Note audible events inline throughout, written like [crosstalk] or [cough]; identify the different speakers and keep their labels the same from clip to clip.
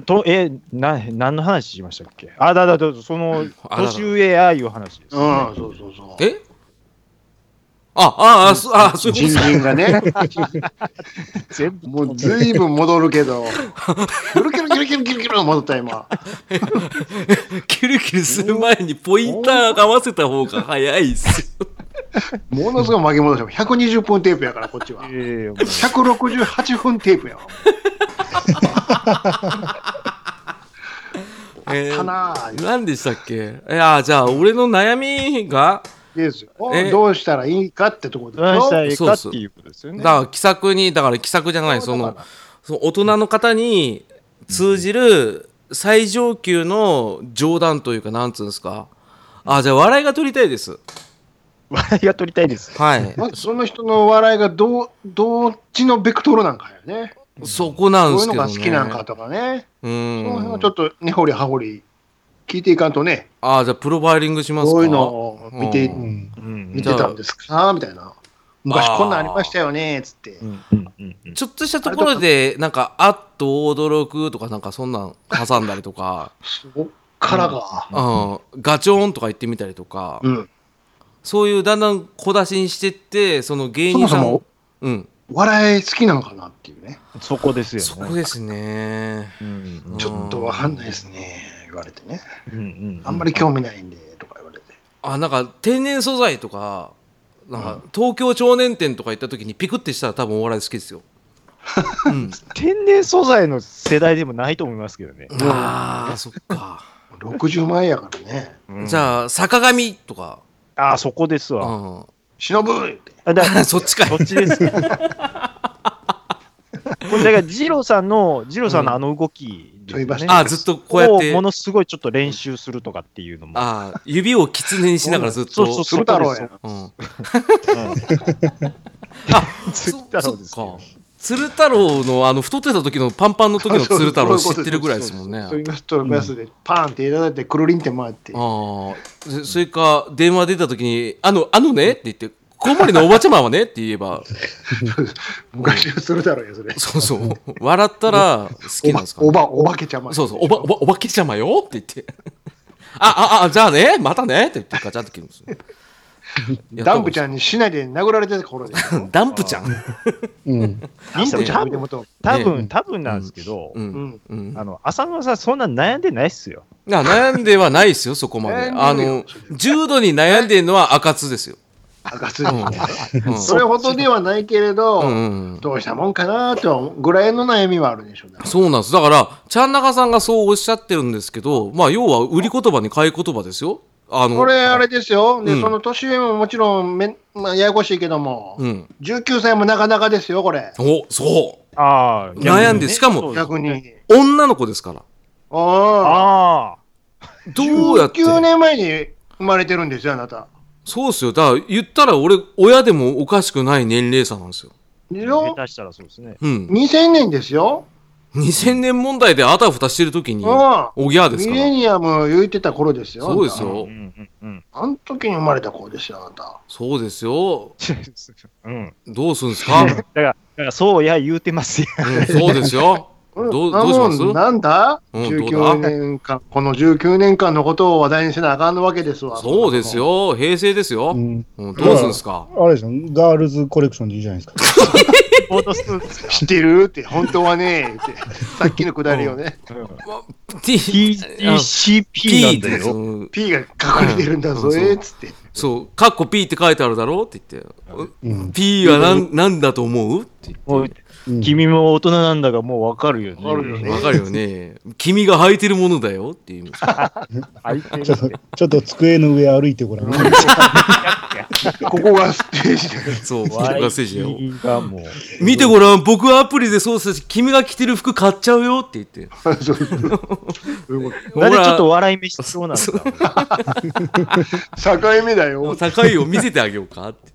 Speaker 1: とえな何の話しましたっけあだだだその
Speaker 2: あだだ
Speaker 1: 年上やいう話です、
Speaker 3: うん、そうそうそう。
Speaker 2: えあ、あ、あ、そあ、そういうこ
Speaker 3: 人
Speaker 2: とか。
Speaker 3: 参がね、
Speaker 1: 全部
Speaker 3: もうずいぶん戻るけど、キュルキュルキュルキュルキュルキュル戻った今。
Speaker 2: キルキルする前にポインター合わせた方が早いっ
Speaker 3: [laughs]
Speaker 2: すよ。
Speaker 3: ものすごい巻き戻した。120分テープやから、こっちは。
Speaker 1: ええもう
Speaker 3: 168分テープやわ。
Speaker 2: え
Speaker 3: た
Speaker 2: ー、
Speaker 3: なぁ。
Speaker 2: 何でしたっけいや、じゃあ、俺の悩みが、
Speaker 3: ですよ
Speaker 2: え
Speaker 3: どうしたらいいかってところでしょ
Speaker 1: どうしたらいいかっていうことですよ
Speaker 2: だ
Speaker 1: ね。
Speaker 2: から気さくに、だから気さくじゃない、その、その大人の方に通じる最上級の冗談というか、なんつうんですか。あ、じゃあ、笑いが取りたいです。
Speaker 1: [laughs] 笑いが取りたいです。
Speaker 2: はい。
Speaker 3: まずその人の笑いがどうどっちのベクトルなんかよね。
Speaker 2: そこなん
Speaker 3: ど
Speaker 2: で
Speaker 3: ういう
Speaker 2: す
Speaker 3: の
Speaker 2: けど、ね。
Speaker 3: が好きなんかとかね。
Speaker 2: う
Speaker 3: その辺は
Speaker 2: ん
Speaker 3: ちょ。っと根掘り葉掘り聞いていかんとね、
Speaker 2: あ、じゃあ、プロファイリングしますか。
Speaker 3: どういうのを見て,、
Speaker 2: う
Speaker 1: う
Speaker 3: 見
Speaker 1: ん。
Speaker 3: てたんですかみたいな。昔こんなんありましたよねつって
Speaker 1: う。んうんうんうん
Speaker 2: ちょっとしたところで、なんか、あっと驚くとか、なんかそんなん挟んだりとか、
Speaker 3: そこからが。
Speaker 2: うん、ガチョーンとか言ってみたりとか、
Speaker 3: うん。
Speaker 2: そういうだんだん小出しにしてって、その芸人
Speaker 3: そもそ
Speaker 2: さん
Speaker 3: も
Speaker 2: うん、
Speaker 3: 笑い好きなのかなっていうね。
Speaker 1: そこですよね。
Speaker 2: そこですね。
Speaker 1: うんうん
Speaker 3: ちょっとわかんないですね。言われてね。
Speaker 1: うんうん
Speaker 3: あんまり興味ないんで、とか言われて。
Speaker 2: あ、なんか、天然素材とか、なんか、東京少年店とか行った時にピクってしたら多分お笑い好きですよ。うん。
Speaker 1: 天然素材の世代でもないと思いますけどね。
Speaker 2: ああ、そっか。
Speaker 3: 60万円やからね。
Speaker 2: じゃあ、坂上とか、
Speaker 1: ああ、そこです
Speaker 2: う
Speaker 1: わ。
Speaker 2: ん。
Speaker 3: 忍ぶって。
Speaker 1: あだから
Speaker 2: [laughs] そっちかい
Speaker 1: そっちですか。これだから、ジローさんの、ジローさんのあの動きですよね。
Speaker 3: うん
Speaker 2: あーずっとこうやって
Speaker 1: をものすごいちょっと練習するとかっていうの [laughs] も。
Speaker 2: ああ、指を狐にしながらずっと。
Speaker 1: そうそう
Speaker 3: 鶴太郎
Speaker 1: そ
Speaker 3: や
Speaker 1: う
Speaker 3: な。
Speaker 2: うん。
Speaker 1: 釣ったろうです
Speaker 2: そっか鶴太郎のあの太ってた時のパンパンの
Speaker 3: [laughs]
Speaker 2: 時の鶴太郎知ってるぐらいですもんね。あ
Speaker 3: そういうことですそういうのストラスでパーンっていただいて、くるりんって回って。
Speaker 2: あそそれか電話出た時に「あのあのね」って言って「コウモリのおばちゃまはね」って言えば [laughs]
Speaker 3: 昔はするだろうよ、それ。
Speaker 2: そうそう笑ったら好き
Speaker 3: お
Speaker 2: な
Speaker 3: ば
Speaker 2: んですか、
Speaker 3: おば、おばけちゃま。
Speaker 2: そうそうおばおばおばけちゃまよって言って「あああじゃあねまたね」って言ってガチャって切るんです
Speaker 3: [laughs]
Speaker 2: よ
Speaker 3: ダンプちゃ
Speaker 2: ん
Speaker 3: んに市内で殴られてた頃で。
Speaker 2: [laughs] ダンプちゃん
Speaker 4: うん。
Speaker 3: ダンプちゃん
Speaker 1: 多
Speaker 3: 見ても
Speaker 1: 分、
Speaker 3: と。
Speaker 1: 多分、多分なんですけど、
Speaker 2: う
Speaker 3: うんん。
Speaker 2: うん
Speaker 1: あの、浅沼さんそんな悩んでないっすよ。
Speaker 2: いや悩んではないですよそこまで
Speaker 3: 悩んでる
Speaker 2: あ
Speaker 3: よ
Speaker 2: の重度に悩んでるのは赤津ですよ、
Speaker 3: 赤すにね。
Speaker 2: うん
Speaker 3: それほどではないけれど、
Speaker 2: うんうんうん
Speaker 3: どうしたもんかなとはぐらいの悩みはあるでしょうね。
Speaker 2: そうなんです。だから、ちゃん中さんがそうおっしゃってるんですけど、まあ、要は売り言葉に買い言葉ですよ。あの、
Speaker 3: これ、あれですよ。で、
Speaker 2: うん
Speaker 3: その年上ももちろんめん、まあ、ややこしいけども、
Speaker 2: うん。
Speaker 3: 19歳もなかなかですよ、これ。
Speaker 2: お、そう。
Speaker 1: ああ、
Speaker 2: 悩んでしかも
Speaker 3: 逆。に。
Speaker 2: 女の子ですから。
Speaker 3: ああ。
Speaker 1: あ
Speaker 2: どうやって。
Speaker 3: 19年前に生まれてるんですよ、あなた。
Speaker 2: そうですよ。だから、言ったら俺、親でもおかしくない年齢差なんですよ。
Speaker 3: でし
Speaker 1: あ、下
Speaker 3: ょ
Speaker 1: 手したらそうですね。
Speaker 2: うん。
Speaker 3: 2000年ですよ。
Speaker 2: 2000年問題であたふたしてる時に、
Speaker 3: うん
Speaker 2: おぎゃーです
Speaker 3: ミ
Speaker 2: か
Speaker 3: レ
Speaker 2: ら。
Speaker 3: ニアム言ってた頃ですよ。
Speaker 2: そうです
Speaker 3: あ
Speaker 2: よ
Speaker 1: う。んうん [laughs]
Speaker 3: なた。あの時に生まれた子ですよ、あなた。
Speaker 2: そうですよ。
Speaker 1: うん。うん。
Speaker 2: どうすんですか、
Speaker 1: だから、だからそうや言うて
Speaker 2: [laughs]
Speaker 1: ますよ。
Speaker 2: うん、そうですよ。どうどうします
Speaker 3: なんだ、
Speaker 2: うんど
Speaker 3: ?19
Speaker 2: うだ
Speaker 3: 年間、この19年間のことを話題にせなあかんわけですわ。
Speaker 2: そうです。よ。平成ですよ。
Speaker 4: うん
Speaker 2: うん、どうすんですか
Speaker 4: あれでしょ、ガールズコレクションでいいじゃないですか。
Speaker 1: 戻すんですか
Speaker 3: 知ってるって、本当は [laughs] ね、って、さっきのくだりをね、
Speaker 2: T
Speaker 1: TCP なんだよ。
Speaker 2: うん
Speaker 3: P が隠れてるんだぞ、
Speaker 2: うん
Speaker 3: えーっつって。
Speaker 2: そう、カッコ P って書いてあるだろうって言って、
Speaker 4: うん。
Speaker 2: P はなんなんだと思うって
Speaker 1: も
Speaker 2: 言っ
Speaker 1: う
Speaker 2: て、
Speaker 4: うん
Speaker 1: 君も大人なんだが、もうわかるよね。
Speaker 3: わかるよね
Speaker 2: わかるよね。君が履いてるものだよって言うんですよ。
Speaker 1: 相手
Speaker 4: ちょっと、ちょっと机の上歩いてごらん。 [laughs]
Speaker 3: ここがステージだよ。
Speaker 2: そう、人
Speaker 1: ワイ
Speaker 2: がせじだよ。
Speaker 1: キがもう。
Speaker 2: 見てごらん、僕はアプリで操作して、君が着てる服買っちゃうよって言って。
Speaker 3: そういうこ
Speaker 1: なんでちょっと
Speaker 2: ほ
Speaker 1: 笑い飯そうなんだ。
Speaker 3: と境目だよ
Speaker 2: ら。高いを見せてあげようかって。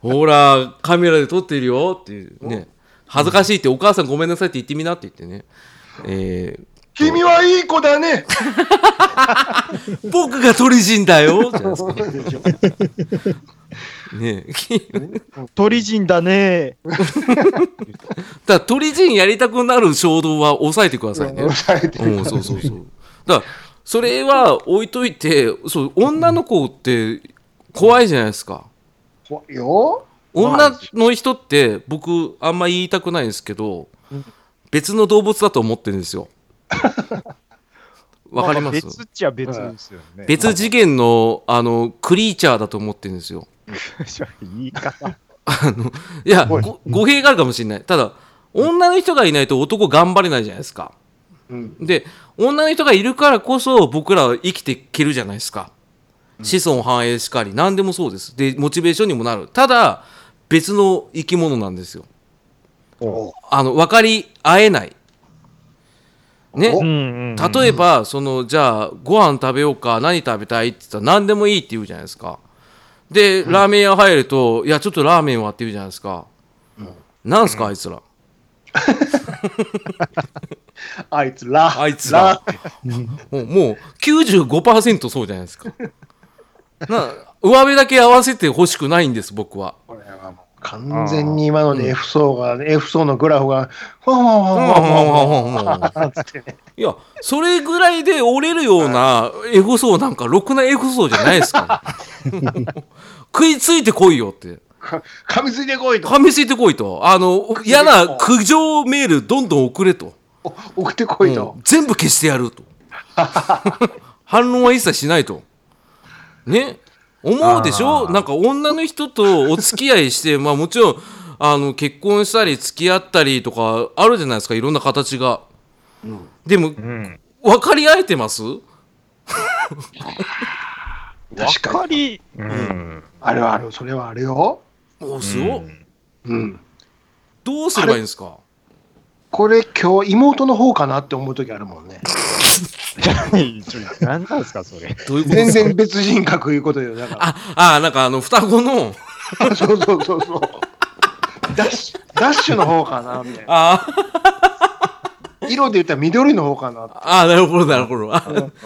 Speaker 2: ほら、カメラで撮ってるよっていうね。恥ずかしいって、お母さんごめんなさいって言ってみなって言ってね。えー
Speaker 3: 君はいい子だね。
Speaker 2: 僕が鳥人だよじゃないですかねえ
Speaker 1: 鳥人だね。
Speaker 2: [laughs] だから鳥人やりたくなる衝動は抑えてくださいね。
Speaker 3: 抑えて
Speaker 2: う
Speaker 3: る
Speaker 2: ん、そうそうそう。だから、それは置いといて、そう、女の子って怖いじゃないですか。
Speaker 3: 怖いよ
Speaker 2: 女の人って、僕、あんま言いたくないんですけど、別の動物だと思ってるんですよ。わかりま
Speaker 1: ああ別
Speaker 2: す
Speaker 1: っちゃ別ですよね。
Speaker 2: 別次元の、あの、クリーチャーだと思ってるんですよ。
Speaker 1: 言い方。
Speaker 2: あの、いや、
Speaker 3: はい
Speaker 2: ご語弊があるかもしれない。ただ、女の人がいないと男頑張れないじゃないですか。
Speaker 3: うん
Speaker 2: で、女の人がいるからこそ僕らは生きていけるじゃないですか。子孫繁栄しかり、何でもそうです。で、モチベーションにもなる。ただ、別の生き物なんですよ。
Speaker 3: お
Speaker 2: あの、分かり合えない。ね。
Speaker 3: お
Speaker 1: うんうんうん。
Speaker 2: 例えば、そのじゃあご飯食べようか何食べたいって言ったら何でもいいって言うじゃないですかでラーメン屋入ると「いやちょっとラーメンは」って言うじゃないですか、なんすかあいつら
Speaker 3: あいつら
Speaker 2: あいつら
Speaker 3: ラ
Speaker 2: もうもう95%そうじゃないですかな上辺だけ合わせてほしくないんです僕は
Speaker 3: これはもう完全に今ので F 層が、F 層のグラフがほわほわほわほわほわ
Speaker 2: いやそれぐらいで折れるようなエゴ層なんかろくなエゴ層じゃないですから食いついてこいよって
Speaker 3: か噛みついてこいと
Speaker 2: 噛みついてこいと。あの、嫌な苦情メールどんどん送れと。
Speaker 3: お送ってこいと、
Speaker 2: うん全部消してやる
Speaker 3: [laughs]
Speaker 2: と。反論は一切しないと。ね思うでしょなんか女の人とお付き合いして、 [laughs] まあもちろん、あの、結婚したり付き合ったりとかあるじゃないですか、いろんな形が。でも、
Speaker 1: うん。
Speaker 2: 分かり合えてます
Speaker 1: わ
Speaker 3: 確か
Speaker 1: か
Speaker 3: に
Speaker 1: り。うん。
Speaker 3: あるあるそれはあるよ
Speaker 2: おすよ、
Speaker 3: うん
Speaker 2: どうすればいいんですか
Speaker 3: これ今日妹の方かなって思う時あるもんね
Speaker 1: ちょ何なんですか、それ。
Speaker 2: どういうことです
Speaker 3: 全
Speaker 2: か
Speaker 3: 然別人格いうことよだか
Speaker 2: あ、あ、なんかあの、双子の、 [laughs]
Speaker 3: らそうそうそうそうダッシュダッシュの方かなみたいな
Speaker 2: あー
Speaker 3: 色で言ったら緑の方かな
Speaker 2: ああ、なるほど、なるほど。あ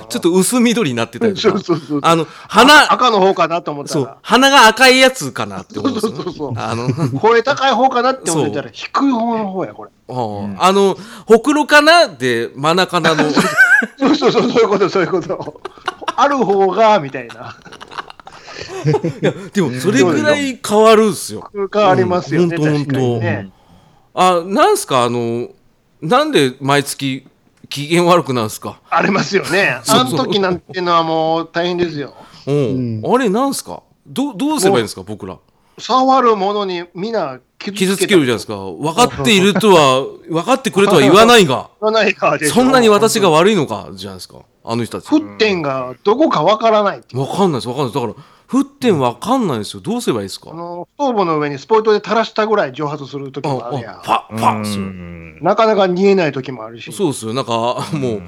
Speaker 2: ちょっと薄緑になってたりと
Speaker 3: そ
Speaker 2: か
Speaker 3: う。そうそう
Speaker 2: あの、鼻、
Speaker 3: 赤の方かなと思った
Speaker 2: そう
Speaker 3: ら、
Speaker 2: 鼻が赤いやつかなって思うんです
Speaker 3: そうそうそうそ
Speaker 2: よ
Speaker 3: う
Speaker 2: ね。
Speaker 3: [laughs]
Speaker 2: あの、
Speaker 3: 声高い方かなって思ってたら低い方の方やこれ
Speaker 2: あああの、ほくろかなで、真ん中な
Speaker 3: [laughs]
Speaker 2: の。
Speaker 3: そうそうそうそういうことそういうことある方がみたいな
Speaker 2: でも、それぐらい変わるんすよ。
Speaker 3: 空間ありますよね、
Speaker 2: うんほんと
Speaker 3: 確かにね、
Speaker 2: あ、なんすか、あの、なんで毎月機嫌悪くなるんすか。
Speaker 3: ありますよね
Speaker 2: そう
Speaker 3: あの時なんてのはもう大変ですよ
Speaker 2: うん。あれ、なんすか。どう、どうすればいいんですか、僕ら。
Speaker 3: 触るものに皆傷つけ
Speaker 2: 傷
Speaker 3: た
Speaker 2: つけるじゃないですか。分かっているとは、分かってくれとは言わない
Speaker 3: [laughs]
Speaker 2: が、
Speaker 3: 言わないかでしょ
Speaker 2: そんなに私が悪いのか、じゃないですか。あの人たち。
Speaker 3: 沸点がどこかわからないって
Speaker 2: わかんないです、わかんないです。だから、沸点わかんないですよ。どうすればいいですか
Speaker 3: あのストーブの上にスポイトで垂らしたぐらい蒸発する時
Speaker 2: あ
Speaker 3: もあるや
Speaker 2: あ
Speaker 3: ん
Speaker 2: パッパッす
Speaker 1: う
Speaker 2: る
Speaker 1: ん
Speaker 3: なかなか煮えない時もあるし
Speaker 2: そうですよ。なんか、もう、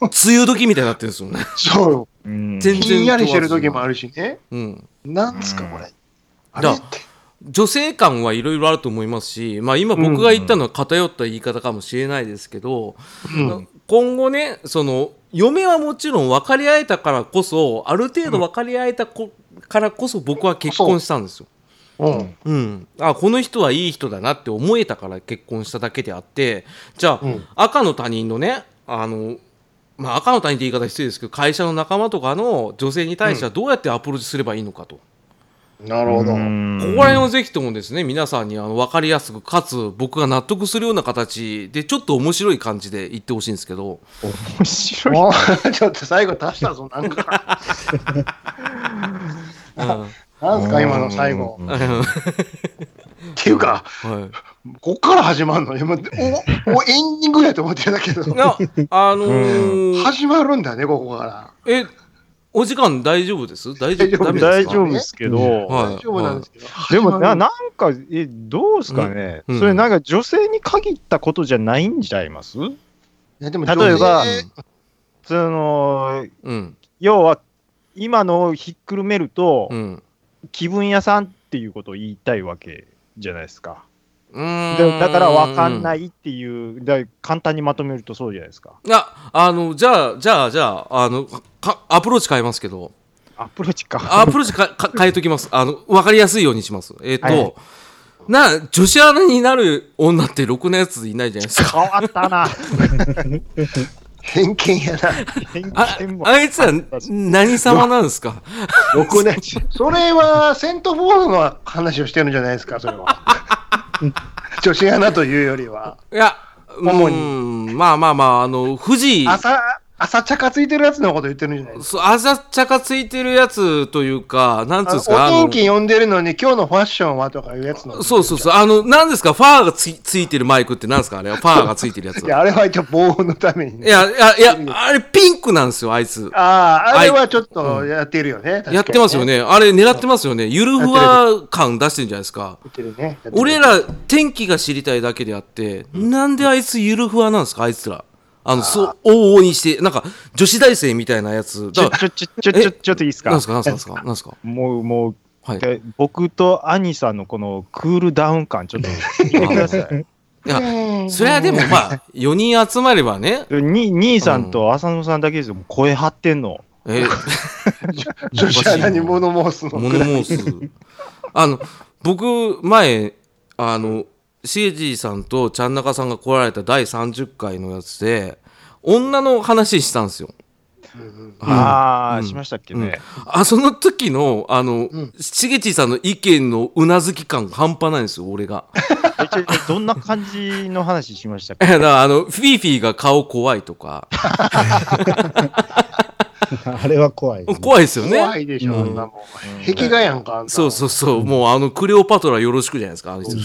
Speaker 2: 梅雨時みたいになってるんですよね。
Speaker 3: そう
Speaker 1: うん
Speaker 2: 全然
Speaker 3: ひんやりしてる時もあるしね
Speaker 2: うん。
Speaker 3: なんすかこれあれ
Speaker 2: だ
Speaker 3: って
Speaker 2: 女性感はいろいろあると思いますし、まあ今僕が言ったのは偏った言い方かもしれないですけど、今後ね、その、嫁はもちろん分かり合えたからこそ、ある程度分かり合えたこからこそ僕は結婚したんですよ。
Speaker 3: うん
Speaker 2: うん、あこの人はいい人だなって思えたから結婚しただけであってじゃあ、
Speaker 3: うん
Speaker 2: 赤の他人のねあの、まあ、赤の他人って言い方失礼ですけど会社の仲間とかの女性に対してはどうやってアプローチすればいいのかと、
Speaker 3: なるほ
Speaker 2: ここ
Speaker 3: ど
Speaker 2: ら辺をぜひともですね皆さんにあの分かりやすくかつ僕が納得するような形でちょっと面白い感じで言ってほしいんですけど
Speaker 1: 面白い。
Speaker 3: もうちょっと最後足したぞ、なんか。なんすか、今の最後。
Speaker 1: うん
Speaker 3: っていうか、
Speaker 2: はい
Speaker 3: こっから始まるの今、お、お、エンディングやと思ってたけど、
Speaker 2: いやあのー
Speaker 3: 始まるんだね、ここから。
Speaker 2: えお時間大丈夫です大丈
Speaker 3: 大丈
Speaker 2: 夫
Speaker 3: 夫
Speaker 2: ダメですか
Speaker 1: 大丈夫ですけど。
Speaker 2: はい
Speaker 3: 大丈夫なんですけど。
Speaker 1: でもな、
Speaker 3: 始まる
Speaker 1: なんか、え、どうですかね、
Speaker 2: うん
Speaker 1: それなんか女性に限ったことじゃないんちゃいます
Speaker 3: いやでも
Speaker 1: 例えば
Speaker 3: 女性
Speaker 1: その、
Speaker 2: うん
Speaker 1: 要は、今のをひっくるめると、
Speaker 2: うん
Speaker 1: 気分屋さんっていうことを言いたいわけじゃないですか。
Speaker 2: で。
Speaker 1: でだから分かんないいっていう、だ簡単にまとめるとそうじゃないですか。
Speaker 2: あ、あの、じゃあ、じゃあ、じゃあ、あの、かアプローチ変えますけど、
Speaker 1: アプローチか。
Speaker 2: アプローチかか変えときます。あの、わかりやすいようにします。えっ、と、
Speaker 1: はい
Speaker 2: な女子アナになる女ってろくなやついないじゃないですか
Speaker 1: 変わったな。
Speaker 3: 偏見やな。
Speaker 1: 偏
Speaker 2: あ
Speaker 1: 見も。
Speaker 2: あいつは何様なんですか
Speaker 3: ろくなそれは、セントフォードの話をしてるんじゃないですか、そ
Speaker 2: [laughs]
Speaker 3: れは。女子アナというよりは。
Speaker 2: いや
Speaker 3: 主に
Speaker 2: うんまあまあまああの富士
Speaker 3: 朝、朝茶化ついてるやつのこと言ってるんじゃないですか。
Speaker 2: そうあざっちゃかついてるやつというかなんつうん
Speaker 3: あ
Speaker 2: ですかあ
Speaker 3: お
Speaker 2: の
Speaker 3: 天気呼んでるのに、今日のファッションはとかいうやつの。
Speaker 2: そうそうそうあのなんですかファーがついついてるマイクってなんですかあれはファーがつ [laughs] いてるやつ
Speaker 3: いや、あれは一応防音のため
Speaker 2: い
Speaker 3: にね。
Speaker 2: やいやいやあれピンクなんですよあいつ
Speaker 3: ああ、あれはちょっとやってるよね。確かに
Speaker 2: やってますよ。ねあれ狙ってますよねゆるふわ感出してるんじゃないですか
Speaker 3: やってるね。
Speaker 2: 俺ら天気が知りたいだけであって、なんであいつゆるふわなんですかあいつらあのそう往々にしてなんか女子大生みたいなやつ
Speaker 1: ちょ、
Speaker 2: だ
Speaker 1: ちょ、ちょ、ちょ、ちょ、ちょっといいです
Speaker 2: な
Speaker 1: か
Speaker 2: んですかなんですかなんですか
Speaker 1: もう、もう、
Speaker 2: はい
Speaker 1: で僕とアニさんのこのクールダウン感、ちょっと見てくださ
Speaker 2: [laughs]
Speaker 1: い。
Speaker 2: いやそれはでもまあ4人集まればね
Speaker 1: に兄さんと浅野さんだけですよ、もう声張ってんの。
Speaker 2: え
Speaker 3: 女子アナに物申すの。
Speaker 2: 物申す。あの、僕、前、あの、シエジーさんとちゃんなかさんが来られた第30回のやつで、女の話したんですよ。
Speaker 1: ああ、
Speaker 2: うん
Speaker 1: しましたっけね。
Speaker 2: あ、その時の、あの
Speaker 3: ん、
Speaker 2: しげちーさんの意見のうなずき感が半端ないんですよ、俺が。
Speaker 1: えちょちょどんな感じの話しましたっ
Speaker 2: だ
Speaker 1: け
Speaker 2: から、あの、フィーフィーが顔怖いとか、
Speaker 4: あれは怖いですね。
Speaker 2: 怖いですよ
Speaker 3: 怖
Speaker 2: ね。
Speaker 3: いでしょ、あんなもん。壁画やんか、あんた
Speaker 2: そうそうそう、もうあの、クレオパトラよろしくじゃないですか、あの人。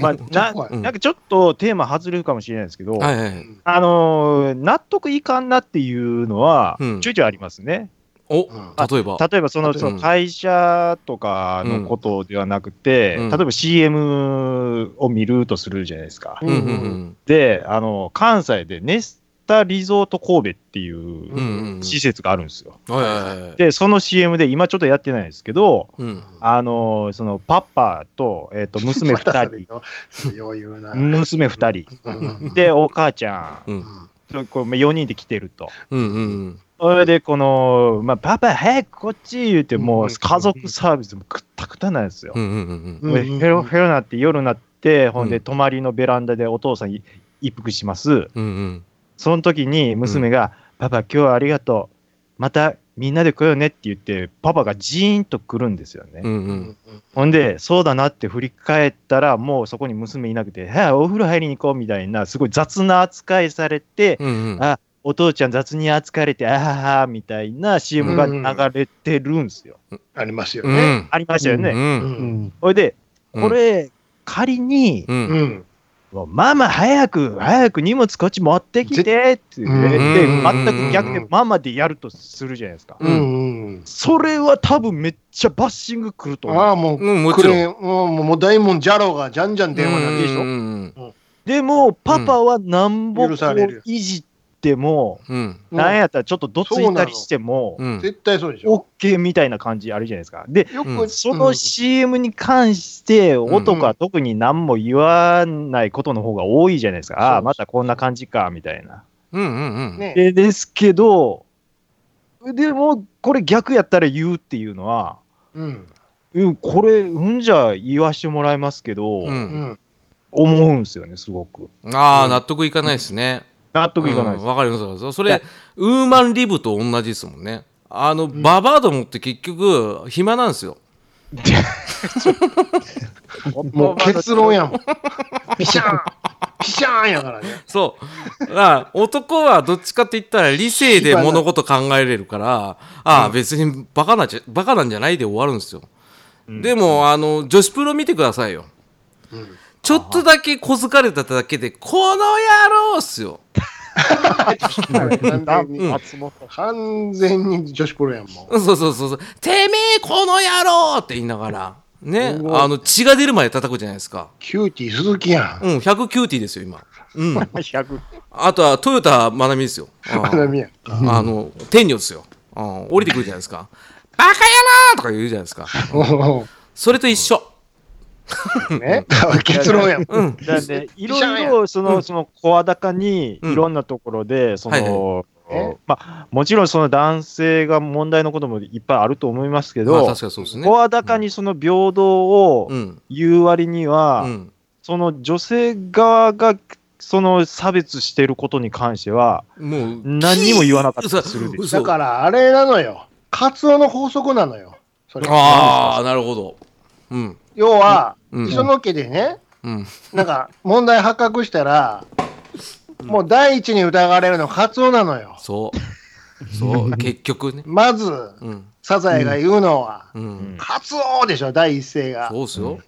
Speaker 1: まあ、
Speaker 3: めっちゃ
Speaker 1: な
Speaker 3: 怖い
Speaker 2: うん
Speaker 1: なんかちょっとテーマ外れるかもしれないですけど、
Speaker 2: はいはい。
Speaker 1: あのー納得いかんなっていうのは
Speaker 2: うん、
Speaker 1: ちょいちょいありますね。
Speaker 2: お
Speaker 3: う、
Speaker 2: 例えば。
Speaker 1: 例えばその、
Speaker 2: ん
Speaker 1: その会社とかのことではなくて、
Speaker 2: うん
Speaker 1: 例えば CM を見るとするじゃないですか。
Speaker 2: うんうんうん。
Speaker 1: で、あの関西でネスタリゾート神戸ってい
Speaker 2: うん
Speaker 1: う
Speaker 2: うんうん。
Speaker 1: 施設があるんですよ。
Speaker 2: はいはいはい。
Speaker 1: で、その CM で、今ちょっとやってないですけど、
Speaker 2: うん。
Speaker 1: あのそのパパと,、えー、
Speaker 2: [laughs]
Speaker 1: と娘
Speaker 3: またそれ
Speaker 1: 2人、
Speaker 3: よ余裕な。
Speaker 1: 娘2
Speaker 3: うん
Speaker 1: 人、で、お母ちゃん
Speaker 2: うん。
Speaker 1: と、こう4人で来てると。
Speaker 2: うんうん
Speaker 1: それで、この、まあ、パパ、早くこっち言うて、もう
Speaker 3: うん
Speaker 1: 家族サービスもくったくたなんですよ
Speaker 2: うん。うんうんうん
Speaker 1: もうヘロヘロなって、夜なって、ほん
Speaker 2: う
Speaker 1: で、
Speaker 2: ん
Speaker 1: 泊まりのベランダでお父さんい一服します。
Speaker 2: うんうん
Speaker 1: その時に娘が、パパ、今日はありがとう。またみんなで来ようねって言って、パパがジーンと来るんですよね。
Speaker 2: うんう
Speaker 3: うんん
Speaker 1: ほんで、そうだなって振り返ったら、もうそこに娘いなくて、はい、お風呂入りに行こうみたいな、すごい雑な扱いされて、
Speaker 2: うんうん
Speaker 1: あお父ちゃん雑に扱われて、あははみたいな CM が流れてるんですよ。
Speaker 3: ありますよ
Speaker 2: う
Speaker 3: ね。
Speaker 2: ん
Speaker 1: ありましたよ
Speaker 2: う
Speaker 1: ね。
Speaker 3: うん
Speaker 4: うん。
Speaker 1: ほいで、
Speaker 2: うん
Speaker 1: これ、仮に、
Speaker 2: う
Speaker 3: うんん。
Speaker 1: もうママ早く、早く荷物こっち持ってきてって言って、
Speaker 3: うん
Speaker 1: で
Speaker 2: うん
Speaker 1: 全く逆で
Speaker 3: うん
Speaker 1: ママでやるとするじゃないですか。
Speaker 3: うん。
Speaker 1: それは多分めっちゃバッシングくると思う。
Speaker 3: ああ、も
Speaker 2: う
Speaker 3: う、
Speaker 2: んも
Speaker 3: ク
Speaker 2: ちろん
Speaker 3: レーン、もう、もう大門ジャロがじゃんじゃん電話なんでし
Speaker 2: う
Speaker 3: ょ。
Speaker 2: ん
Speaker 1: でも、パパはなんぼこ
Speaker 3: 許
Speaker 1: う
Speaker 3: される
Speaker 1: いじっても、
Speaker 2: うん
Speaker 1: なんやったらちょっとどついたりしても
Speaker 2: う、ん
Speaker 3: 絶対そうでしょ。
Speaker 1: OK みたいな感じあるじゃないですか。で、
Speaker 3: よ
Speaker 2: うん
Speaker 3: く、
Speaker 1: その CM に関して、
Speaker 2: ん
Speaker 1: 男は特に何も言わないことの方が多いじゃないですか。ああ、またこんな感じか、みたいな。
Speaker 2: うんうんうん
Speaker 3: ね。
Speaker 1: でですけど、でも、これ逆やったら言うっていうのは、
Speaker 3: うん。
Speaker 1: うんこれ、うんじゃ言わしてもらいますけど、
Speaker 2: う
Speaker 3: うんん。
Speaker 1: 思うんですよね、すごく。
Speaker 2: ああ納得いかないですね
Speaker 1: 納得いかないです
Speaker 2: うん。わかりますそ
Speaker 1: い
Speaker 2: れ
Speaker 1: や
Speaker 2: ウーマンリブと同じですもんねあのババアどもって結局暇なんですよ
Speaker 3: もう結論
Speaker 1: [laughs]
Speaker 3: やもん。ピシャーンピシャーンやからね。
Speaker 2: そう。だ
Speaker 1: [laughs]
Speaker 2: から男はどっちかって言ったら理性で物事考えれるから、ああ、別にバカなんじゃ、バカなんじゃないで終わるんですよ。でも、あの、女子プロ見てくださいよ。
Speaker 3: うん
Speaker 2: ちょっとだけ小づかれただけで、この野郎っすよ。
Speaker 3: 完全に
Speaker 1: 松本
Speaker 3: 完全に女子プロやんもん。
Speaker 2: そうそうそうそう。てめえ、この野郎って言いながら、ね、
Speaker 3: うわ
Speaker 2: あの、血が出るまで叩くじゃないですか。
Speaker 3: キューティー鈴木やん。
Speaker 2: うん、109ティですよ、今。
Speaker 1: [laughs]
Speaker 2: うん。
Speaker 1: 100
Speaker 2: あとは、トヨタまなみです
Speaker 1: [laughs]
Speaker 2: よ。ああ
Speaker 3: 花見やん。
Speaker 2: あの、天女ですよ。うん降りてくるじゃないですか。 [laughs] バカ野郎とか言うじゃないですか。
Speaker 3: お
Speaker 2: それと一緒。
Speaker 3: ーね、だから [laughs] 結論やもん。
Speaker 2: うん。 [laughs]
Speaker 1: なんで、い
Speaker 3: ゃん
Speaker 1: ろいろ、その、その、声高に、
Speaker 2: うん
Speaker 1: いろんなところで、そ
Speaker 2: はい
Speaker 1: の、
Speaker 3: ね。
Speaker 1: まあ、もちろんその男性が問題のこともいっぱいあると思いますけ
Speaker 2: まあ
Speaker 1: ど、
Speaker 2: 確かにそうですね。
Speaker 1: 声高にその平等を
Speaker 2: うん。
Speaker 1: 言う割には、
Speaker 2: うん。
Speaker 1: その女性側がその差別してることに関しては、
Speaker 2: もう、
Speaker 1: 何にも言わなかったりするでしょ
Speaker 2: 嘘
Speaker 3: だから、あれなのよ。カツオの法則なのよ。それ
Speaker 2: ああ、なるほど。うん。
Speaker 3: 要は、
Speaker 2: うん。
Speaker 3: 磯野家でね、
Speaker 2: うん。
Speaker 3: なんか問題発覚したら、もう第一に疑われるのはカツオなのよ。
Speaker 2: そ
Speaker 1: [laughs]
Speaker 2: う。そう。結局ね。
Speaker 3: まず、
Speaker 2: うん。
Speaker 3: サザエが言うのは、
Speaker 2: うん。
Speaker 3: カツオでしょ、第一声が。
Speaker 2: そうっすよ。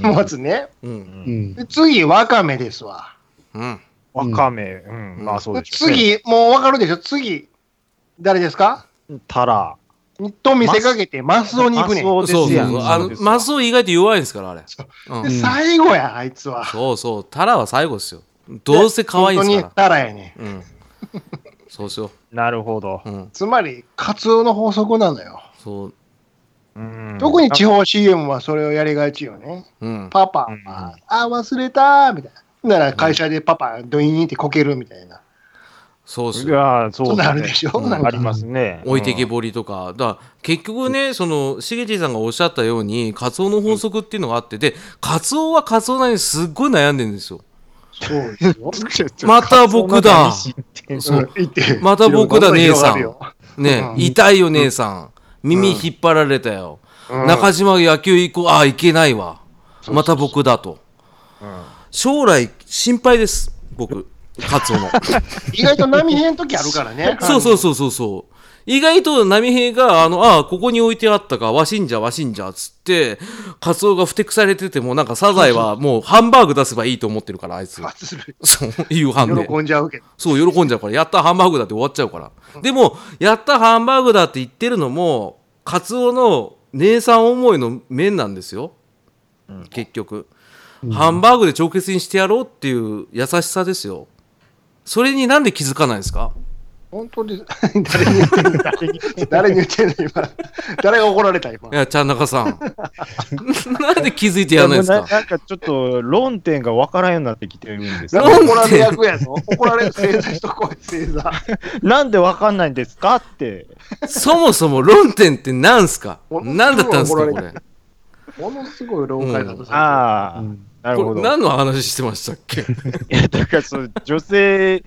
Speaker 3: まずね。
Speaker 2: うん。
Speaker 4: うん。
Speaker 3: で次、ワカメですわ。
Speaker 2: うん。
Speaker 1: わかめ、うん、
Speaker 2: うん
Speaker 1: まあそうでしょうね、
Speaker 3: 次、もうわかるでしょ次、誰ですか
Speaker 1: たら、
Speaker 3: と見せかけて、マスオに行くねん。
Speaker 1: マス
Speaker 2: そ
Speaker 1: オです
Speaker 2: うそう
Speaker 1: やん
Speaker 2: そう。あの、マスオ意外と弱いんですから、あれ。う
Speaker 3: で
Speaker 2: ん。
Speaker 3: 最後や、あいつは。
Speaker 2: そうそう。タラは最後っすよ。どうせ可愛いん
Speaker 3: 本
Speaker 2: す
Speaker 3: 当
Speaker 2: か
Speaker 3: にタラやねん。
Speaker 2: ら。うん。そうっすよ。
Speaker 1: なるほど。
Speaker 2: うん。
Speaker 3: つまり、カツオの法則なのよ。
Speaker 2: そう。
Speaker 1: うん
Speaker 3: 特に地方 CM はそれをやりがちよね。
Speaker 2: うん。
Speaker 3: パパ
Speaker 1: うん
Speaker 3: は、あ、忘れたみたいな。なら会社でパパ、ドイーンってこけるみたいな。
Speaker 2: そうっす
Speaker 1: い
Speaker 2: よ。
Speaker 1: やー、そ
Speaker 3: そううな
Speaker 1: だ
Speaker 3: る
Speaker 1: ね
Speaker 3: でし
Speaker 2: う
Speaker 3: ょ
Speaker 2: ん
Speaker 3: なん
Speaker 1: あ
Speaker 3: か
Speaker 1: りますね。
Speaker 2: 置いてけぼりとか、だから結局ね、そのしげちさんがおっしゃったように、カツオの法則っていうのがあって、で、カツオはカツオなりにすっごい悩んでるんですよ。
Speaker 3: そうですよ。
Speaker 2: また僕だ、そう
Speaker 3: うん。言って
Speaker 2: また僕だ
Speaker 3: いろんな
Speaker 2: 姉さ
Speaker 3: こと
Speaker 2: ん
Speaker 3: 広がるよ
Speaker 2: ね、
Speaker 3: うん
Speaker 2: 痛いよ、姉さん、耳引っ張られたよ、
Speaker 3: うん
Speaker 2: 中島野球行こう、ああ、いけないわ、また僕だと、将来、心配です、僕、カツオの。。
Speaker 3: 意外と波平の時あるからね
Speaker 2: [laughs] そうそうそうそうそう。意外と波平が、あの、ああ、ここに置いてあったか、わしんじゃわしんじゃ、つって、カツオがふてくされてても、なんかサザエはもうハンバーグ出せばいいと思ってるから、あいつ。
Speaker 3: あする
Speaker 2: そう、夕飯で。
Speaker 3: 喜んじゃうけど。
Speaker 2: そう、喜んじゃうから、やったハンバーグだって終わっちゃうから。でも、やったハンバーグだって言ってるのも、カツオの姉さん思いの面なんですよ。結局、ハンバーグで直結にしてやろうっていう優しさですよ。それになんで気づかないんですか
Speaker 3: 本当に誰に言ってんの誰に言ってんの今。誰が怒られた今
Speaker 2: い。や、ちゃん中さん。なんで気づいて
Speaker 1: い
Speaker 2: やらないんですか
Speaker 1: なんかちょっと論点が分からんようになってきてるんです
Speaker 3: な
Speaker 1: よ
Speaker 3: んか怒られ役やぞ。怒られる正座しとこい、正座。
Speaker 1: なんで分かんないんですかって。
Speaker 2: そもそも論点って何すか
Speaker 3: お
Speaker 2: 何だったんですかこ
Speaker 3: お
Speaker 2: れ。
Speaker 3: 怒られものすごい老化だとさ
Speaker 1: ああ、
Speaker 4: うん
Speaker 1: なるほ
Speaker 2: こ
Speaker 1: ど。
Speaker 2: れ
Speaker 1: い
Speaker 2: 何の話してましたっけ
Speaker 1: や、だからその女性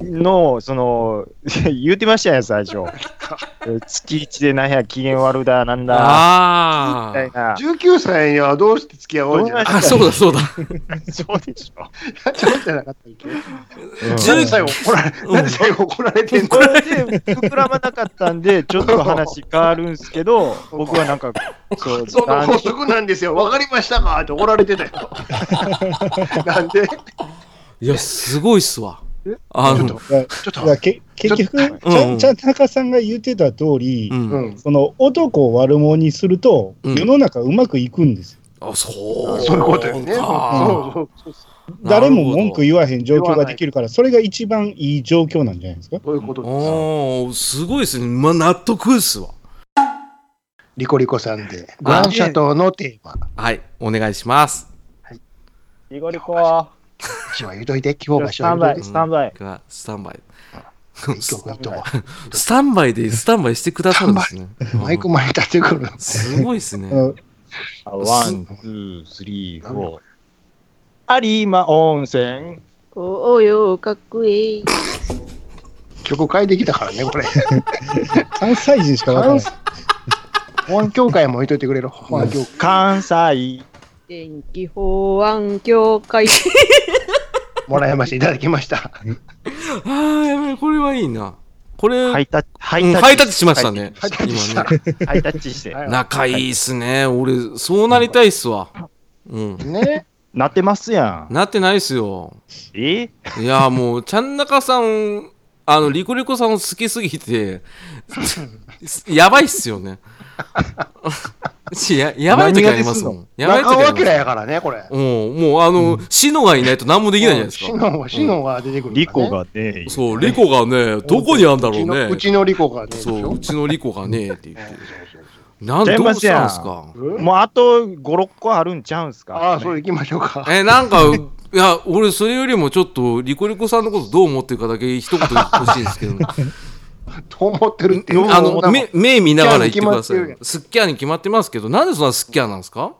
Speaker 1: の、その、 [laughs] 言うてましたよ、最初。えー月一でなんや、機嫌悪だ、なんだ、み
Speaker 2: あ
Speaker 1: たい
Speaker 2: ー
Speaker 1: な。
Speaker 3: 19歳にはどうして付き合おうじゃない
Speaker 1: ど
Speaker 2: あ。そうだそうだ。
Speaker 1: そうでしょ。
Speaker 3: ちょっとじゃなかったっけ
Speaker 1: うん
Speaker 2: 十
Speaker 3: なんで最後怒られ、なんで最後怒られてんの
Speaker 1: これで膨らまなかったんで、ちょっと話変わるんですけど、僕はなんか、そう、
Speaker 3: その法
Speaker 1: 男
Speaker 3: 則なんですよ。わかりましたかって怒られてたよ。なんでち
Speaker 2: いや、すごいっすわ。あ
Speaker 3: ょっ
Speaker 2: の
Speaker 3: と、、
Speaker 4: だ
Speaker 3: ちょっ
Speaker 4: だから
Speaker 3: と。
Speaker 4: け結局、
Speaker 3: ちょっ
Speaker 4: ちゃんちゃん田中さんが言ってた通り、
Speaker 2: う。
Speaker 3: うんん。
Speaker 4: その男を悪者にすると、
Speaker 2: うん
Speaker 4: 世の中うまくいくんですよ。
Speaker 2: あ、そう。
Speaker 3: そういうことよね。そうそうそう。
Speaker 4: 誰も文句
Speaker 2: 言
Speaker 4: 言わへん状況ができるから、それが一番いい状況なんじゃないですか。
Speaker 3: そういうことです。
Speaker 2: おー、すごいっすね。まあ、納得っすわ。
Speaker 3: リコリコさんで、グランシャトーのテーマ。
Speaker 2: はい、お願いします。
Speaker 1: リゴリコ、
Speaker 3: 一は言うといて、今日は
Speaker 1: ス
Speaker 3: 一は
Speaker 1: タン
Speaker 3: 言
Speaker 1: バ
Speaker 3: うと
Speaker 1: イ、
Speaker 3: いて。
Speaker 1: スタンバイ。
Speaker 2: スタンバイ。
Speaker 3: 一は言うと
Speaker 2: スタンバイでスタンバイしてくださるんですね。
Speaker 3: マイク前に立ってくる。
Speaker 2: すごいっすね。
Speaker 4: うん
Speaker 1: ワン、ツー、スリー、フォー。有馬温泉。
Speaker 5: おおよ、かっこいい。
Speaker 3: 曲変えてきたからね、これ。
Speaker 4: 関西人しかわからな
Speaker 3: 関
Speaker 4: い。
Speaker 3: 保安協会も置いといてくれる。保安協会。
Speaker 1: 関西。
Speaker 5: 天気法案協会。 [laughs]
Speaker 3: もらいましていただきました。
Speaker 2: あー、やべえ、これはいいな。これ、
Speaker 1: ハイタッチ、ハ
Speaker 2: うんハイタッチしましたね。
Speaker 3: ハイタッチした
Speaker 2: 今ね。
Speaker 1: ハイタッチして。
Speaker 3: [laughs] はい
Speaker 2: 仲いいっすね。俺、そうなりたいっすわ。うん。
Speaker 3: ね。
Speaker 1: なってますやん。
Speaker 2: なってないっすよ。
Speaker 1: え
Speaker 2: いや、もう、ちゃんなかさん、あの、リコリコさんを好きすぎて、 [laughs] やばいっすよね。 [laughs] しややばい時ありますもん。やばい時
Speaker 3: 中
Speaker 2: あ
Speaker 3: 尾
Speaker 2: り
Speaker 3: 明や
Speaker 2: ま
Speaker 3: からね、これ
Speaker 2: す。。うん、もう、あの、シノがいないと何もできないじゃないです
Speaker 3: シ
Speaker 2: か。
Speaker 3: ノンは、シノンが出てくる。
Speaker 1: リコ。がね、
Speaker 2: そう、リコがね、どこにあんだろうね。
Speaker 3: うちのリコがね。
Speaker 2: そう、うちのリコがねえって言って。なんど
Speaker 1: 全部
Speaker 2: うしたんすか
Speaker 1: もうあと5、6個あるんちゃうんすか。
Speaker 3: ああ、それ行きましょうか。
Speaker 2: え、なんか、いや、俺、それよりもちょっと、リコリコさんのことどう思ってるかだけ一言欲しいんですけど、
Speaker 3: と思ってるっていう
Speaker 2: あの
Speaker 3: 女も
Speaker 2: 目目見ながら言ってくだ
Speaker 3: スキャ
Speaker 2: さ
Speaker 3: ンに決まってる
Speaker 2: い。スッキャンに決まってますけど、なんでそんなスッキャンなんですか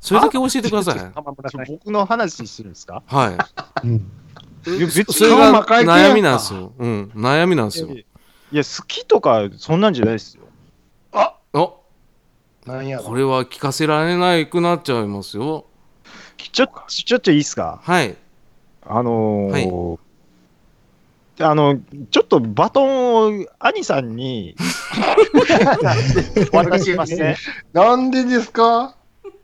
Speaker 2: それだけ教えてください。
Speaker 3: 浜村さん
Speaker 1: 僕の話してるんですか
Speaker 2: はい。
Speaker 4: うん
Speaker 1: いや別
Speaker 2: それ
Speaker 1: に
Speaker 2: が悩みなんですよ。うん、悩みなんですよ。
Speaker 1: いや、好きとかそんなんじゃないですよ。
Speaker 2: あ
Speaker 3: なんやろ
Speaker 2: これは聞かせられなくなっちゃいますよ。
Speaker 1: ちょ、ちょっといいっすか
Speaker 2: はい。
Speaker 1: あのーあの、ちょっとバトンを兄さん [laughs] に渡しますね。
Speaker 3: なんでですか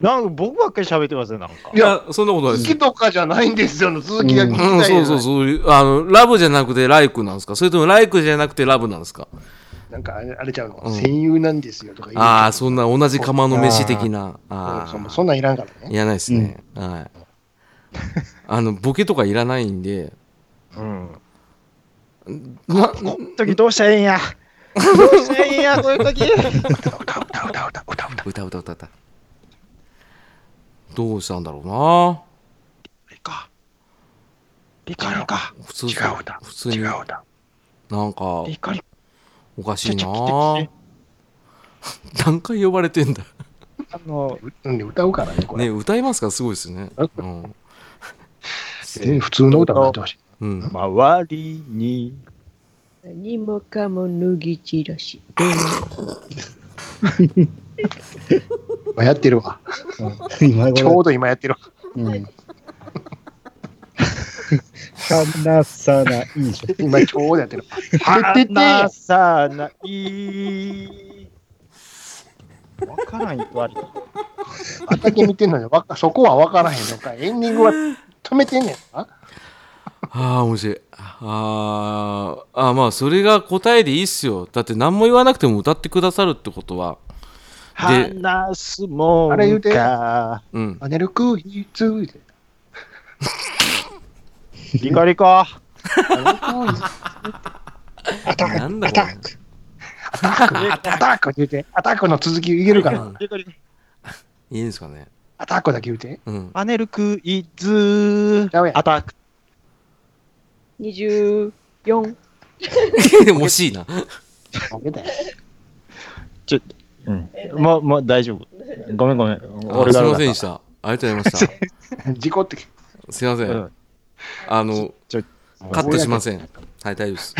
Speaker 1: なんか僕ばっかり喋ってますよ、なんか。
Speaker 2: い
Speaker 3: いや
Speaker 2: や、そんなことない
Speaker 3: 好
Speaker 2: です
Speaker 3: き。とかじゃないんですよの続きが聞き
Speaker 2: うん、
Speaker 3: たい
Speaker 2: そ
Speaker 3: で
Speaker 2: う
Speaker 3: す
Speaker 2: そうそういう。あの、ラブじゃなくてライクなんですかそれともライクじゃなくてラブなんですか
Speaker 3: なんかあれあれちゃうの、
Speaker 2: うん
Speaker 3: 戦友なんですよとか言う
Speaker 2: ああ、そんな同じ釜の飯的な。あ
Speaker 3: そんな
Speaker 2: あ
Speaker 3: そん。なんいらんからね。
Speaker 2: いらないですね。はい。あの、ボケとかいらないんで。
Speaker 1: うん。
Speaker 2: な、
Speaker 1: この時どうしたらええ [laughs] んや。どうしたらええんや、そういう時。
Speaker 3: 歌歌歌歌歌歌
Speaker 2: 歌歌歌歌。どうしたんだろうな
Speaker 3: リカ。リカのか。
Speaker 2: 普通
Speaker 3: 違
Speaker 2: に
Speaker 3: う歌。
Speaker 2: 普通に
Speaker 3: 違う
Speaker 2: な
Speaker 3: 歌。
Speaker 2: んか
Speaker 1: リカリ
Speaker 2: おかしい
Speaker 1: ち
Speaker 2: な
Speaker 1: ょっと来て
Speaker 2: 何回呼ばれてんだ
Speaker 1: あの、
Speaker 3: うんで歌うからね、これ。
Speaker 2: ね歌いますからすごいですね
Speaker 3: あ
Speaker 2: うん、
Speaker 3: 全然普通の歌歌ってほしい。
Speaker 2: うん、
Speaker 1: [laughs] 周りに。
Speaker 5: 何もかも脱ぎ散らし。
Speaker 3: 今やってるわ。[laughs]
Speaker 4: 今
Speaker 3: ちょう
Speaker 4: 頃、
Speaker 3: ど今やってるわ。
Speaker 4: うん、話さないでしょ。
Speaker 3: 今ちょうどやってる。
Speaker 2: [laughs]
Speaker 3: はててて
Speaker 1: 離さない。わからんよ、割と。
Speaker 3: あんだけ見てんのに、わかそこは分からへんのか。エンディングは止めてんねんな。
Speaker 2: ああ面白いあーあーまあそれが答えでいいっすよだって何も言わなくても歌ってくださるってことはで
Speaker 1: 話すもんか。
Speaker 3: あれ言うて
Speaker 2: うん
Speaker 3: パネルクイズで。
Speaker 1: リカリカ。
Speaker 2: なんだこれ
Speaker 3: アタック、アタック言うて。アタックの続き言えるから。
Speaker 1: リカリカ
Speaker 2: いいんですかね
Speaker 3: アタックだけ言うて。
Speaker 2: うん [laughs]
Speaker 1: パネルクイズ
Speaker 3: ダメや
Speaker 1: アタック。
Speaker 5: 24。
Speaker 2: 惜しいな
Speaker 1: うん。もう、もう大丈夫。ごめんごめん。
Speaker 2: あ
Speaker 1: [laughs] 俺
Speaker 2: す
Speaker 1: が悪
Speaker 2: いま
Speaker 1: か
Speaker 2: せ
Speaker 1: っ
Speaker 2: んでしたありがとうございました
Speaker 3: 事故って。
Speaker 2: すいませ
Speaker 1: た。
Speaker 2: ん、
Speaker 1: うん
Speaker 2: あの
Speaker 1: ちょ
Speaker 2: カットしませんはい大丈夫です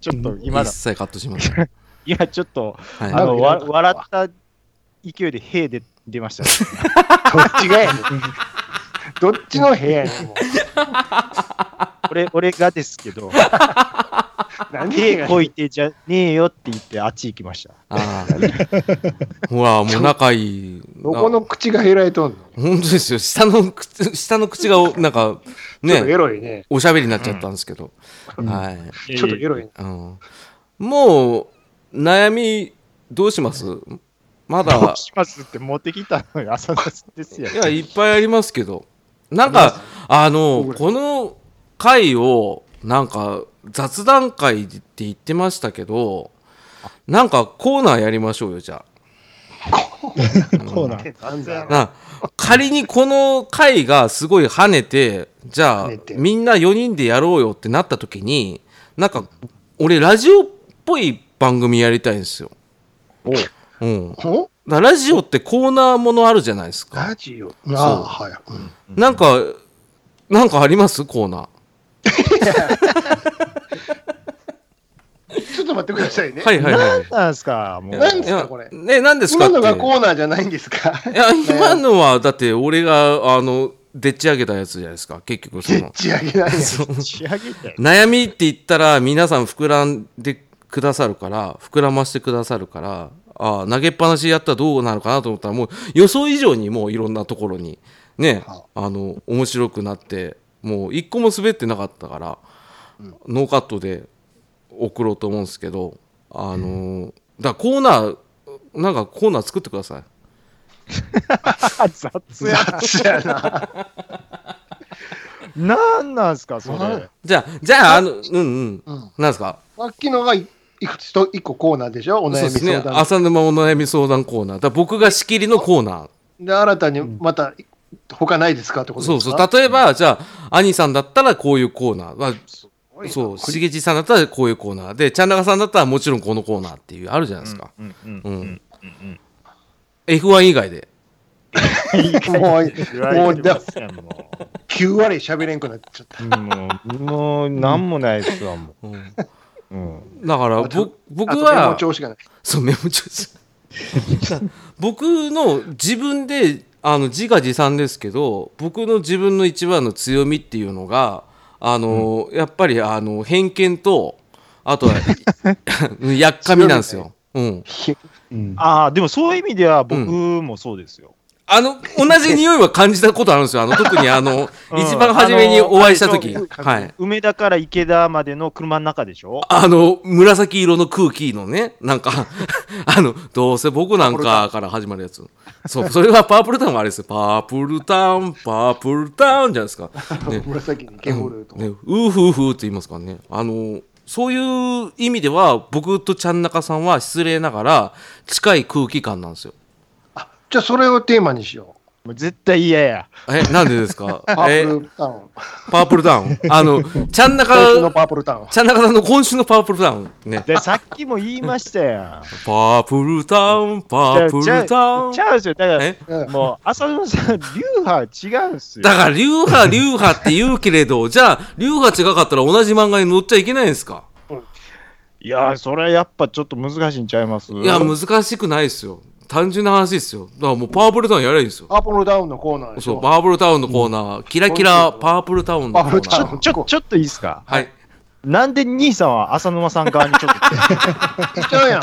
Speaker 1: ちょっと今だ
Speaker 2: 一、切カットしま
Speaker 1: [laughs]
Speaker 2: せん、
Speaker 1: 今ちょっと、
Speaker 2: は
Speaker 1: あ
Speaker 2: い、
Speaker 1: の、わ笑った勢いで、へいで出ましたね。
Speaker 3: どっちがやね
Speaker 2: [laughs]
Speaker 3: ん。どっちの部屋やねん。もう
Speaker 1: 俺、俺がですけど、
Speaker 3: 何
Speaker 1: へ
Speaker 3: が
Speaker 1: いこいてじゃねえよって言って、あっち行きました。
Speaker 2: ああほらもう仲いい
Speaker 3: どこの口が減らいとんの、
Speaker 2: 本当ですよ下の口下の口がおなんか
Speaker 3: ちょっとエ
Speaker 2: ね
Speaker 3: ロいね。
Speaker 2: おしゃべりになっちゃったんですけど、はい、
Speaker 3: ちょっとエロいね。
Speaker 2: うん、もう悩みどうしますま
Speaker 1: ど
Speaker 4: [laughs]
Speaker 2: だ
Speaker 1: うしますって持ってきたのよ、浅田さんですよ
Speaker 2: い。やいっぱいありますけどなん
Speaker 4: [laughs]
Speaker 2: かあのこの回をなんか雑談会って言ってましたけどなんかコーナーやりましょうよじゃあ
Speaker 4: [laughs] コーナー。
Speaker 3: なんだろう
Speaker 2: な仮にこの回がすごい跳ねてじゃあ
Speaker 3: 跳ねて
Speaker 2: みんな4人でやろうよってなった時になんか俺ラジオっぽい番組やりたいんですよ。うん、だか
Speaker 3: ほ
Speaker 2: らラジオってコーナーものあるじゃないですか。
Speaker 3: ラジオ。ああ、はい。うん
Speaker 2: なんかなんかありますコーナ
Speaker 3: ちょっと待ってくださいね。
Speaker 2: ー。はいはいはい。
Speaker 1: なんですか、もう。
Speaker 3: 何ですかこれ
Speaker 2: いやね何ですか
Speaker 3: 今
Speaker 2: って
Speaker 3: のがコーナーじゃないんですか
Speaker 2: いや今のはだって俺があのでっち上げたやつじゃないですか結局 [laughs] そ
Speaker 3: [laughs] でっ [laughs]
Speaker 2: の
Speaker 3: ち上げないやつ。
Speaker 1: 仕上げて。
Speaker 2: 悩みって言ったら皆さん膨らんでくださるから膨らましてくださるからああ投げっぱなしやったらどうなるかなと思ったらもう予想以上にもういろんなところにね
Speaker 3: は
Speaker 2: あの面白くなってもう一個も滑ってなかったから、ノーカットで送ろうと思うんですけどあのーだからコーナーなんかコーナー作ってください。
Speaker 1: 雑や。
Speaker 3: 雑やな。
Speaker 1: なんなんすか、それ。
Speaker 2: じゃあ、じゃあ、あの、うんうん。
Speaker 3: うん
Speaker 2: なんですか
Speaker 3: さっきのがいいくつと一個コーナーでしょお
Speaker 2: そう
Speaker 3: 悩
Speaker 2: で
Speaker 3: み
Speaker 2: すね
Speaker 3: 相。談。
Speaker 2: 浅沼お悩み相談コーナー。だから僕が仕切りのコーナー。
Speaker 3: で、新たにまた他ないですかってこと
Speaker 2: そ
Speaker 3: で
Speaker 2: う
Speaker 3: すか
Speaker 2: そう。例えば、じゃあ、兄さんだったらこういうコーナー。まあ、
Speaker 3: う。ごいな
Speaker 2: そう、しげじさんだったらこういうコーナーで、ちゃんなかさんだったらもちろんこのコーナーっていう、あるじゃないですか。
Speaker 1: うんうん
Speaker 2: う
Speaker 1: うんんうん。
Speaker 2: F1 以外で。
Speaker 3: もう
Speaker 1: 言われてますやんも
Speaker 3: 9割喋れんくなっちゃった。
Speaker 1: うもう、もう、なんもないっすわ、も
Speaker 2: うん
Speaker 1: う。うん。
Speaker 2: だから、
Speaker 3: あと
Speaker 2: ぼ僕
Speaker 3: あとメ
Speaker 2: は
Speaker 3: モ、調子がない。
Speaker 2: そう、メモ帳です。 [laughs] 僕の自分で、あの自画自賛ですけど、僕の自分の一番の強みっていうのが、あの、やっぱり、あの、偏見と、あ
Speaker 3: [laughs]
Speaker 2: とは、うんやっかみなんですよ。うん。
Speaker 4: うん
Speaker 1: ああ、でもそういう意味では僕もそうですよ。
Speaker 2: あの、同じ匂いは感じたことあるんですよ。あの、特にあの、
Speaker 1: うん
Speaker 2: 一番初めにお会いした時
Speaker 1: あのあれ
Speaker 2: はい。
Speaker 1: 梅田から池田までの車の中でしょ
Speaker 2: あの、紫色の空気のね、なんか、 [laughs] あの、どうせ僕なんかから始まるやつ。そう、それはパープルタウンはあれですよ。パープルタウン、パープルタウンじゃないですか。ね
Speaker 3: 紫にゲホルと。
Speaker 2: ね、うーふーふーって言いますからね。あの、そういう意味では、僕とちゃんなかさんは失礼ながら、近い空気感なんですよ。
Speaker 3: じゃあそれをテーマにしよう。
Speaker 1: もう絶対嫌や。
Speaker 2: え、なんでですか
Speaker 3: パ
Speaker 2: え
Speaker 3: ープルタウン。
Speaker 2: パープルタウン。あの、ちゃんなか、
Speaker 3: 今週のパープルタウン。
Speaker 2: ちゃんなかさんの今週のパープルタウン。ね。
Speaker 1: で、さっきも言いました
Speaker 2: [laughs]
Speaker 1: やん。
Speaker 2: パープルタウン、パープ
Speaker 1: じゃあ
Speaker 2: ル
Speaker 1: じ
Speaker 2: タ
Speaker 1: ゃ
Speaker 2: ウ
Speaker 1: あ
Speaker 2: ン
Speaker 1: ち。ゃうんですよ。だか
Speaker 2: え
Speaker 3: う
Speaker 1: ら、
Speaker 3: ん
Speaker 1: もう、浅野さん、流派違うんすよ。
Speaker 2: だから、流派、流派って言うけれ
Speaker 3: [laughs]
Speaker 2: ど、じゃあ、流派違かったら同じ漫画に載っちゃいけないんですか
Speaker 1: いやー、それはやっぱちょっと難しいんちゃいます
Speaker 2: いや、難しくないですよ。単純な話ですよ。だからもう、パープルタウンやればいいんですよ。
Speaker 3: パープルタウンのコーナーでし
Speaker 2: そう、
Speaker 3: ょ。
Speaker 2: パープルタウンのコーナー、キラキラパープルタウンのコ
Speaker 3: パープル
Speaker 2: ー
Speaker 3: タ
Speaker 2: ナ
Speaker 3: ウ
Speaker 2: ー。
Speaker 3: ン
Speaker 1: ちょ、ちょっといいっすか
Speaker 2: はい。
Speaker 1: なんで兄さんは浅沼さん側にちょっ
Speaker 3: 行っちゃうやん。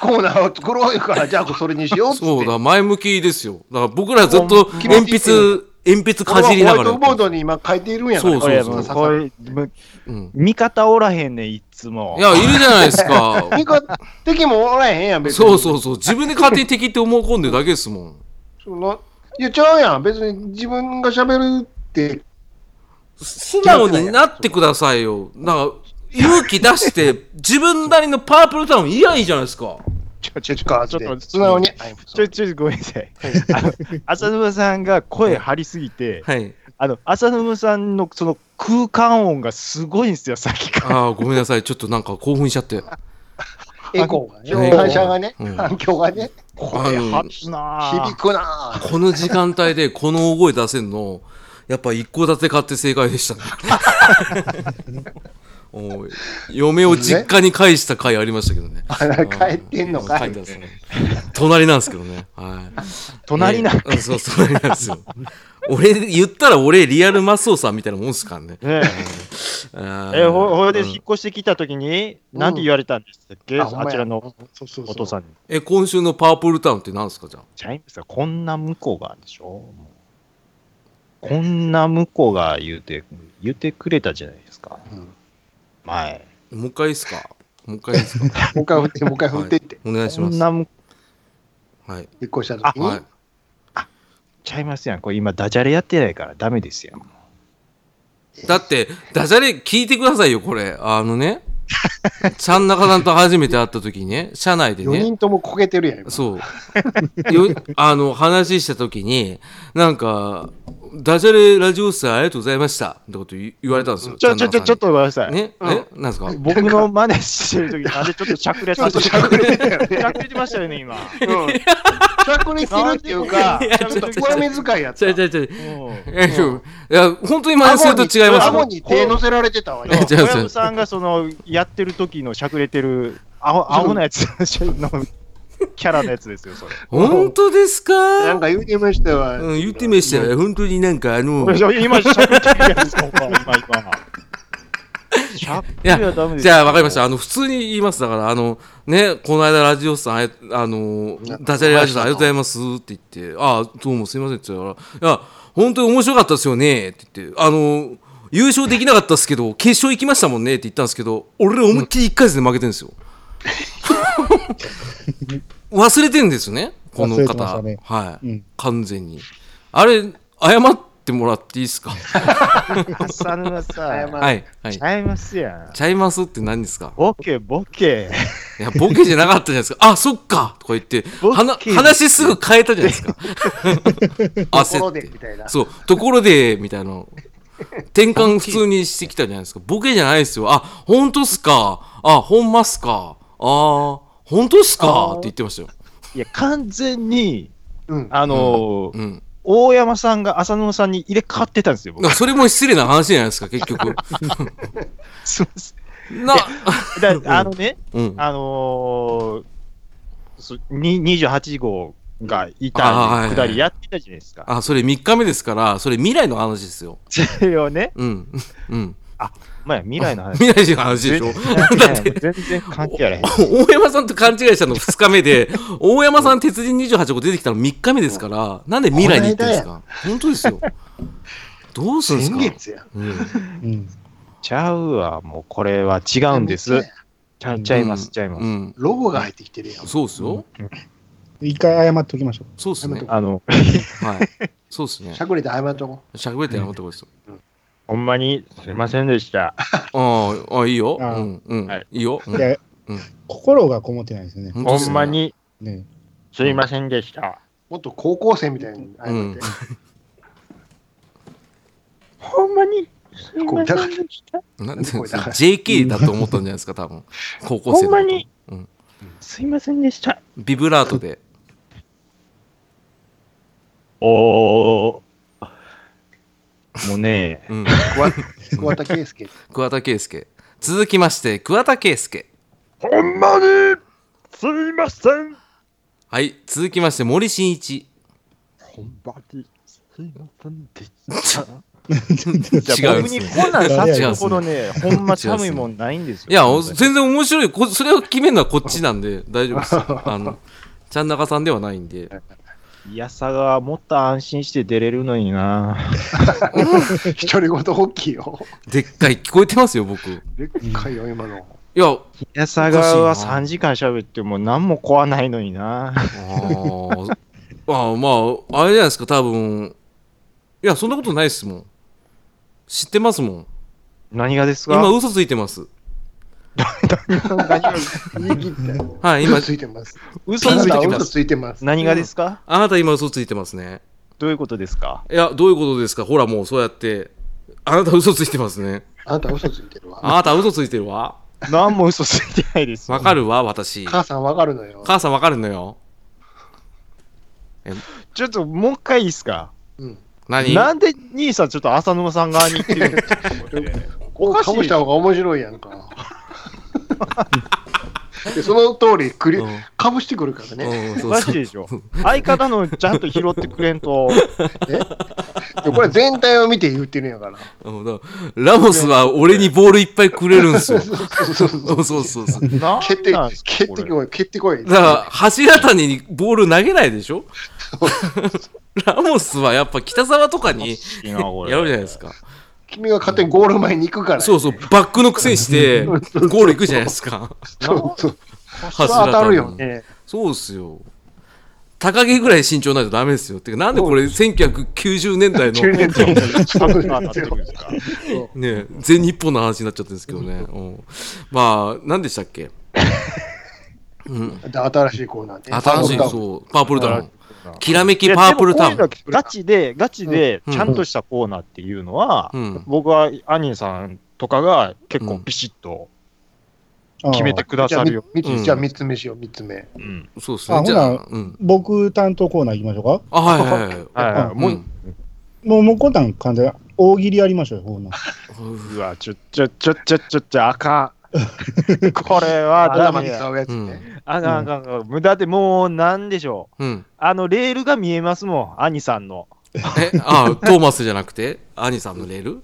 Speaker 3: コーナーを作ろうよから、じゃあそれにしようっつって。
Speaker 2: そうだ、前向きですよ。だから僕らずっと鉛
Speaker 3: 気持ちいい
Speaker 2: 筆、鉛筆かじりながら
Speaker 3: ホワイトボー。ドに今書いているんやか
Speaker 2: そ
Speaker 3: ら。
Speaker 2: う
Speaker 1: と。
Speaker 2: そう
Speaker 1: い
Speaker 2: [laughs] そう
Speaker 1: や、
Speaker 3: こ
Speaker 1: も
Speaker 3: れ
Speaker 1: うこ
Speaker 3: さ
Speaker 1: れ、む
Speaker 2: うん
Speaker 1: 味方おらへんねん、いっつも
Speaker 2: い。や、いるじゃないですか。
Speaker 3: 味方敵もおらへんやん、別に。
Speaker 2: そうそうそう。自分で勝手に敵って思い込んでるだけですもん。
Speaker 3: その言っちゃうやん。別に自分が喋るって、
Speaker 2: 素直になってくださいよ。なんか、勇気出して、自分なりのパープルタウン嫌いいじゃないですか。
Speaker 3: ちょちょちょか、
Speaker 1: ちょっと
Speaker 3: 素直に。はい
Speaker 1: ちょ、ちょ、ごめんなさい。あの浅沼さんが声張りすぎて、
Speaker 2: はい。
Speaker 1: あの、浅沼さんのその空間音がすごいんですよ、さっきから。
Speaker 2: ああ、ごめんなさい。ちょっとなんか興奮しちゃって。
Speaker 3: エコーが
Speaker 2: エ
Speaker 3: ね、
Speaker 2: コー
Speaker 3: 反射がね、
Speaker 2: うん
Speaker 3: 反響がね、
Speaker 2: あ
Speaker 1: 声
Speaker 2: の
Speaker 1: 張るなぁ
Speaker 3: 響くなぁ。
Speaker 2: この時間帯でこの大声出せんの、やっぱ一戸建て買って正解でしたね。 [laughs] おい嫁を実家に返した回ありましたけどね。
Speaker 3: あら帰ってんのか
Speaker 2: 帰
Speaker 3: い
Speaker 2: って。ますね隣なんですけどね。はい。
Speaker 1: 隣な
Speaker 2: ねうんそう、隣なんですよ。 [laughs] 俺、言ったら俺、リアルマスオさんみたいなもんですからね。
Speaker 1: ね
Speaker 2: あ
Speaker 1: え、え
Speaker 2: ー
Speaker 1: ほほいで
Speaker 2: うん
Speaker 1: 引っ越してきたときに、なんて言われたんですっけ、
Speaker 3: あほんま
Speaker 1: あ
Speaker 3: や
Speaker 1: ちらの
Speaker 3: そうそうそう
Speaker 1: お父さんに。
Speaker 2: え、今週のパープルタウンって何ですかじゃあ。
Speaker 1: ちゃいますよ。こんな向こうがでしょこんな向こうが言うて、言うてくれたじゃないですか。
Speaker 3: うんも
Speaker 1: 前。
Speaker 2: もう一回いいですかもう一回いい
Speaker 1: [laughs]
Speaker 2: ですか
Speaker 3: う一回振って、もう一回振ってって、
Speaker 2: お願いし
Speaker 1: こ
Speaker 2: ま
Speaker 1: ん
Speaker 2: す。
Speaker 1: な向
Speaker 2: はい。
Speaker 3: 引っ越した時に。
Speaker 2: はい。
Speaker 1: ちゃいますやん。これ今ダジャレやってないからダメですやん。
Speaker 2: だって、ダジャレ聞いてくださいよ、これ。あのね、ちゃん中さんと初めて会った時にね、社内で
Speaker 3: 4
Speaker 2: ね、
Speaker 3: 人ともこけてるやん。今
Speaker 2: そう、よあの、話した時に、なんか、ダジャレラジオさんありがとうございましたってこと言言われたんですよ。
Speaker 1: ちょ、ちょ、ちょ、ちょっ
Speaker 2: と。
Speaker 1: とごめんなさい。
Speaker 2: ね、
Speaker 3: うん
Speaker 2: え、なんですか
Speaker 1: 僕の真似してるとき、なんでちょっとしゃくれ
Speaker 3: [laughs] ちょ
Speaker 1: さ
Speaker 3: っ
Speaker 1: せて、
Speaker 3: とし
Speaker 1: し
Speaker 3: ゃくれてる。
Speaker 1: ゃくれてましたよね、今。
Speaker 3: うんしゃくれてるっていうか、
Speaker 1: い
Speaker 3: ち
Speaker 1: や
Speaker 3: ょっと上目遣いやった。
Speaker 2: ちょちょちょ。い
Speaker 1: うん
Speaker 2: や、いや本当に真似すると違います
Speaker 3: 顎
Speaker 2: よ。
Speaker 3: に手乗せられてたわ。今
Speaker 2: 違う違う
Speaker 1: 小籔さんがそのやってる時のしゃくれてる青青なやつ [laughs] のキャラのやつですよ、それ。
Speaker 2: 本当ですか
Speaker 3: なんか言うてましたわ。
Speaker 2: うん、言ってみましたよ。本当になんかあの、
Speaker 1: [laughs] 今しゃくれてるやつか、今、今。しゃくれはダメです
Speaker 2: じゃあ分かりました。あの、普通に言います。だから、あの、ね、この間ラジオさん、あれあの
Speaker 3: な、
Speaker 2: ダジャレラジオさんありがとうございますって言って、ああ、どうもすいませんって言ったから、いや、本当に面白かったですよねって言って、あの、優勝できなかったですけど、決勝行きましたもんねって言ったんですけど、俺ら思いっきり1回戦で負けてるんです
Speaker 4: [laughs]
Speaker 2: よ。忘れてんですよね、この
Speaker 4: 忘れてまし
Speaker 2: 方。
Speaker 4: たね
Speaker 2: は
Speaker 4: う
Speaker 2: い
Speaker 4: ん。
Speaker 2: 完全に。あれ、謝ってもらっていいですか
Speaker 1: 浅沼さん、
Speaker 2: はい。はい
Speaker 1: ち。ゃいますやん。
Speaker 2: ちゃいますって何ですか
Speaker 1: ボケ、ボケ。
Speaker 2: いや、ボケじゃなかったじゃないですか。あ、そっかとか言って、
Speaker 1: ボケ
Speaker 2: はな話す
Speaker 3: [laughs]
Speaker 2: ぐ変えたじゃないですか。
Speaker 3: とこ
Speaker 2: 焦
Speaker 3: ろ
Speaker 2: っ
Speaker 3: で
Speaker 2: て
Speaker 3: み。たいな。
Speaker 2: そう、ところで、みたいな。転換普通にしてきたじゃないですか。ボケじゃないですよ。あ、本当っすか。あ、ほんまっすか。あー、本当っすかって言ってましたよ。
Speaker 1: いや、完全に、
Speaker 3: うん。
Speaker 1: あのー
Speaker 2: うん。
Speaker 1: 大山さんが浅野さんに入れ替わってたんですよ、
Speaker 2: だ
Speaker 1: 僕
Speaker 2: か。らそれも失礼な話じゃないですか、結局。
Speaker 1: すいませ
Speaker 2: な、
Speaker 1: んだあのね、
Speaker 2: うん。
Speaker 1: あのーそに28号がい
Speaker 2: あは
Speaker 1: た
Speaker 2: いはいはい
Speaker 1: くだりやってたじゃないですか。
Speaker 2: あ、それ3日目ですから、それ未来の話ですよ。
Speaker 1: そ [laughs] れをね、
Speaker 2: うん。うん。
Speaker 1: まあ未来の話。
Speaker 2: [laughs] 未来の話でしょ。 [laughs] だって、
Speaker 1: 全然関係あらへん。
Speaker 2: [laughs] 大山さんと勘違いしたの2日
Speaker 1: [laughs]
Speaker 2: 目で、大山さん鉄人28号出てきたの3日目ですから、なんで未来に行ってんですか本当ですよ。どうするんです
Speaker 3: 先
Speaker 2: か、
Speaker 3: 月や。
Speaker 2: うん
Speaker 4: うん。
Speaker 1: ちゃうわ、もうこれは違うんです。ちゃちゃいます、ちゃいます。
Speaker 2: うん。
Speaker 3: ロゴが入ってきてるやん。
Speaker 2: そうっすよ。
Speaker 4: 一回謝っておきましょ
Speaker 2: そうっすね。
Speaker 1: あの、
Speaker 2: はい。そうっすね
Speaker 3: し。ゃくれて謝っとこ
Speaker 2: しゃべってやるとこですよ。
Speaker 1: ほんまにすいませんでした。
Speaker 2: ああ、あいいよ。う
Speaker 4: ああ
Speaker 2: ん。うん
Speaker 1: はい。
Speaker 2: いいよ。う
Speaker 4: う。
Speaker 2: ん
Speaker 4: いや
Speaker 2: うん、
Speaker 4: 心がこもってないですよね。
Speaker 2: 本当っ
Speaker 1: ほ
Speaker 2: すね
Speaker 1: んま。に
Speaker 4: ね
Speaker 1: すいませんでした。
Speaker 3: もっと高校生みたいに謝って。
Speaker 2: うん
Speaker 1: ほんまにすい
Speaker 3: ません
Speaker 1: でした。
Speaker 2: なんで
Speaker 3: これだから
Speaker 2: JK だと思ったんじゃないですか、多分。高校生だと。
Speaker 1: ほんまに
Speaker 2: うん。
Speaker 1: すいませんでした。
Speaker 2: ビブラートで。
Speaker 1: おー。もうね、
Speaker 2: うん。
Speaker 3: 桑桑田佳祐。
Speaker 2: 桑田佳祐。続きまして、桑田佳祐。
Speaker 1: ほんまにすいませ [laughs] ん。
Speaker 2: はい。続きまして、森進一。
Speaker 1: ほんまにすいませんでし
Speaker 2: 違う
Speaker 1: た。
Speaker 2: ん
Speaker 1: 僕
Speaker 2: です
Speaker 1: に
Speaker 2: ね。
Speaker 1: こんなんさせるほ [laughs] どね、ほんま
Speaker 2: 違うんですね
Speaker 1: 寒いもんないんですよ。
Speaker 2: いや、お全然面白い。こそれを決めるのはこっちなん
Speaker 3: [laughs]
Speaker 2: で、大丈夫です。あの、ちゃん中さんではないんで。
Speaker 1: いやさがもっと安心して出れるのにな。
Speaker 3: 独り言大きいよ。
Speaker 2: でっかい。聞こえてますよ、僕。い
Speaker 3: でっかいよ、
Speaker 2: [laughs]
Speaker 3: 今の。
Speaker 2: や、あ
Speaker 1: いやさがは3時間喋っても何も怖ないのにな。
Speaker 2: ーあー、まあ、あれじゃないですか、多分。いや、そんなことないですもん。知ってますもん。
Speaker 1: [laughs] 何がですか
Speaker 2: 今、嘘ついてます。
Speaker 1: 何が
Speaker 3: 言い切って。
Speaker 2: はい、今
Speaker 3: 今、ついてます。
Speaker 1: 嘘
Speaker 2: ピン
Speaker 1: つ
Speaker 3: あ
Speaker 1: い
Speaker 3: な
Speaker 1: て
Speaker 3: たは
Speaker 1: きま
Speaker 3: 嘘
Speaker 1: す。
Speaker 3: ついてます。
Speaker 1: 何がですか
Speaker 2: あなた今嘘ついてますね。
Speaker 1: どういうことですか
Speaker 2: いや、どういうことですかほら、もうそうやって。あなた嘘ついてますね。
Speaker 3: あなた嘘ついてるわ。
Speaker 2: あなた嘘ついてるわ。
Speaker 1: 何も嘘ついてないです。
Speaker 2: わかるわ、私。
Speaker 3: 母さんわかるのよ。
Speaker 2: 母さんわかるのよ。
Speaker 1: ちょっともう一回いいですか
Speaker 3: うん。
Speaker 2: 何
Speaker 1: なんで兄さんちょっと浅沼さん側に行ってるんですか
Speaker 3: こうかぶした方が面白いやん
Speaker 2: [laughs]
Speaker 3: か。でその通りクリ、
Speaker 2: うん
Speaker 3: かぶしてくるからね。
Speaker 2: う
Speaker 1: [laughs] お
Speaker 2: ん、そう
Speaker 1: かし
Speaker 2: そ。
Speaker 1: いうでしょ。相方のちゃんと拾ってくれんと。
Speaker 3: でこれ全体を見て言ってるんやから。
Speaker 2: うんだからラモスは俺にボールいっぱいくれるんですよ。そ
Speaker 3: そうそう
Speaker 2: うそうそう。だか
Speaker 1: なん
Speaker 3: 蹴って
Speaker 1: なんす、か
Speaker 3: 蹴っ
Speaker 1: こ
Speaker 3: て
Speaker 1: れ [laughs]
Speaker 3: こい、蹴ってこい。
Speaker 2: ら、柱谷にボール投げないでしょラモスはやっぱ北沢とかに
Speaker 1: いいなこれ
Speaker 2: やるじゃないですか。
Speaker 3: 君が勝手にゴール前に行くから。
Speaker 2: そうそう、バックのくせにして、ゴール行くじゃないですか。 [laughs]
Speaker 3: そうそう。
Speaker 2: 柱
Speaker 3: 当たるよ
Speaker 2: 谷に。
Speaker 3: ね。
Speaker 2: そうっすよ。高木ぐらい身長ないとダメですよ。てか、なんでこれ1990年代
Speaker 3: 10
Speaker 2: の
Speaker 3: 年間
Speaker 1: あ当たってるんですか
Speaker 2: ね、全日本の話になっちゃってるんですけどね。うんまあ、何でしたっ
Speaker 3: [laughs]
Speaker 2: けうん。
Speaker 3: 新しいコーナーね。
Speaker 2: 新しい、
Speaker 3: パンダ
Speaker 2: そう。パープルタウン。きらめ
Speaker 1: い
Speaker 2: き
Speaker 1: や
Speaker 2: パープルタウ
Speaker 1: でも
Speaker 2: ン。
Speaker 1: こういうのガチで、ガチで、
Speaker 2: うん
Speaker 1: ちゃんとしたコーナーっていうのは、
Speaker 2: うん。
Speaker 1: 僕はアニーさんとかが結構ビシッと
Speaker 4: う。あー
Speaker 1: 決めてくだ
Speaker 3: じゃ
Speaker 1: さ
Speaker 3: あ、
Speaker 1: るよ。
Speaker 3: み
Speaker 2: うん
Speaker 3: じゃあ3つ目しよう、3つ目。
Speaker 1: うん
Speaker 2: そうですね
Speaker 4: あ。
Speaker 2: じゃあ
Speaker 4: ほな、
Speaker 2: うん。
Speaker 4: 僕担当コーナー行きましょうか。
Speaker 2: あ、はいはいはい。
Speaker 1: はい、も
Speaker 2: もう
Speaker 1: う、
Speaker 4: もう、もうこんなん完全、大喜利やりましょうよ、コーナー。
Speaker 1: うわ、ちょ、ちょ、ちょ、ちょ、ちょ、ちょ、あかん。これはダ
Speaker 3: 頭
Speaker 1: メ
Speaker 3: に使
Speaker 1: や。
Speaker 3: うやつね。
Speaker 1: あかん、あかんあかん、無駄でもう、なんでしょう。
Speaker 2: うん。
Speaker 1: あの、レールが見えますもん、アニさんの。
Speaker 2: え、あ、トーマスじゃなくて、アニさんのレール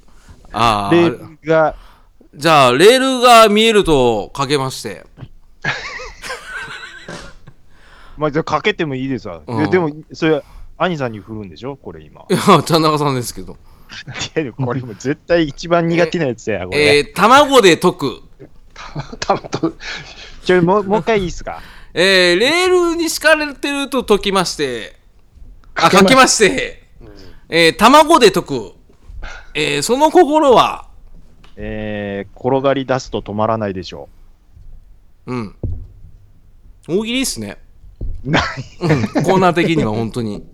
Speaker 2: あ
Speaker 1: レー
Speaker 2: あ、
Speaker 1: ルが、
Speaker 2: じゃあ、レールが見えるとかけまして。
Speaker 1: まあ、じゃあかけてもいいですわ。
Speaker 2: うん
Speaker 1: ででも、それ、アニさんに振るんでしょこれ今
Speaker 2: い。や、田中さんですけ
Speaker 1: い
Speaker 2: ど。
Speaker 1: やでもこれも絶対一番苦手なやつや、これ。
Speaker 2: えー、卵で解く。
Speaker 3: [laughs] たぶんと、
Speaker 1: ちょ、もう、もう一回いいっすか
Speaker 2: えー、レールに敷かれてると解きまして。あ、かけまして。えー、卵で解く。えー、その心は、
Speaker 1: えー、転がり出すと止まらないでしょ
Speaker 2: うん。大喜利っすね。
Speaker 1: う。な
Speaker 2: うん、コーナー的には本当に。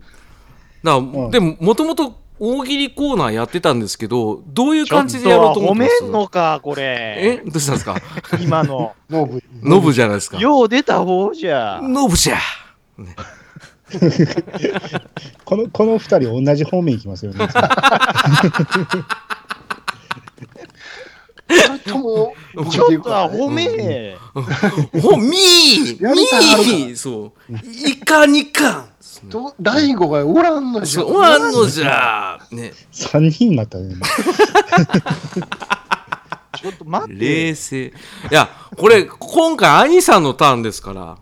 Speaker 2: だから、
Speaker 4: ん
Speaker 2: でも、もともと大喜利コーナーやってたんですけど、どういう
Speaker 1: ちょっ
Speaker 2: 感
Speaker 1: と
Speaker 2: じでやろうと思
Speaker 1: 褒
Speaker 2: ってま
Speaker 1: め
Speaker 2: す
Speaker 1: んのか、これ。
Speaker 2: えどうしたんですか
Speaker 1: 今
Speaker 2: [laughs]
Speaker 1: の。
Speaker 3: ノブ。
Speaker 2: ノブじゃないですか。
Speaker 1: よう出た方じゃ。
Speaker 2: ノブじゃ
Speaker 4: この、この二人同じ方面行きますよね。
Speaker 3: それとも、
Speaker 1: ちょっとは褒めえ。
Speaker 2: ほ、みー
Speaker 3: やりたい
Speaker 2: みーそう。いかにかん
Speaker 3: と大悟がおらんのじゃ。
Speaker 2: そう、おらんのじゃね、
Speaker 4: 三人になったね。今
Speaker 1: ちょっと待って。
Speaker 2: 冷静。いや、これ、今回、兄さんのターンですから。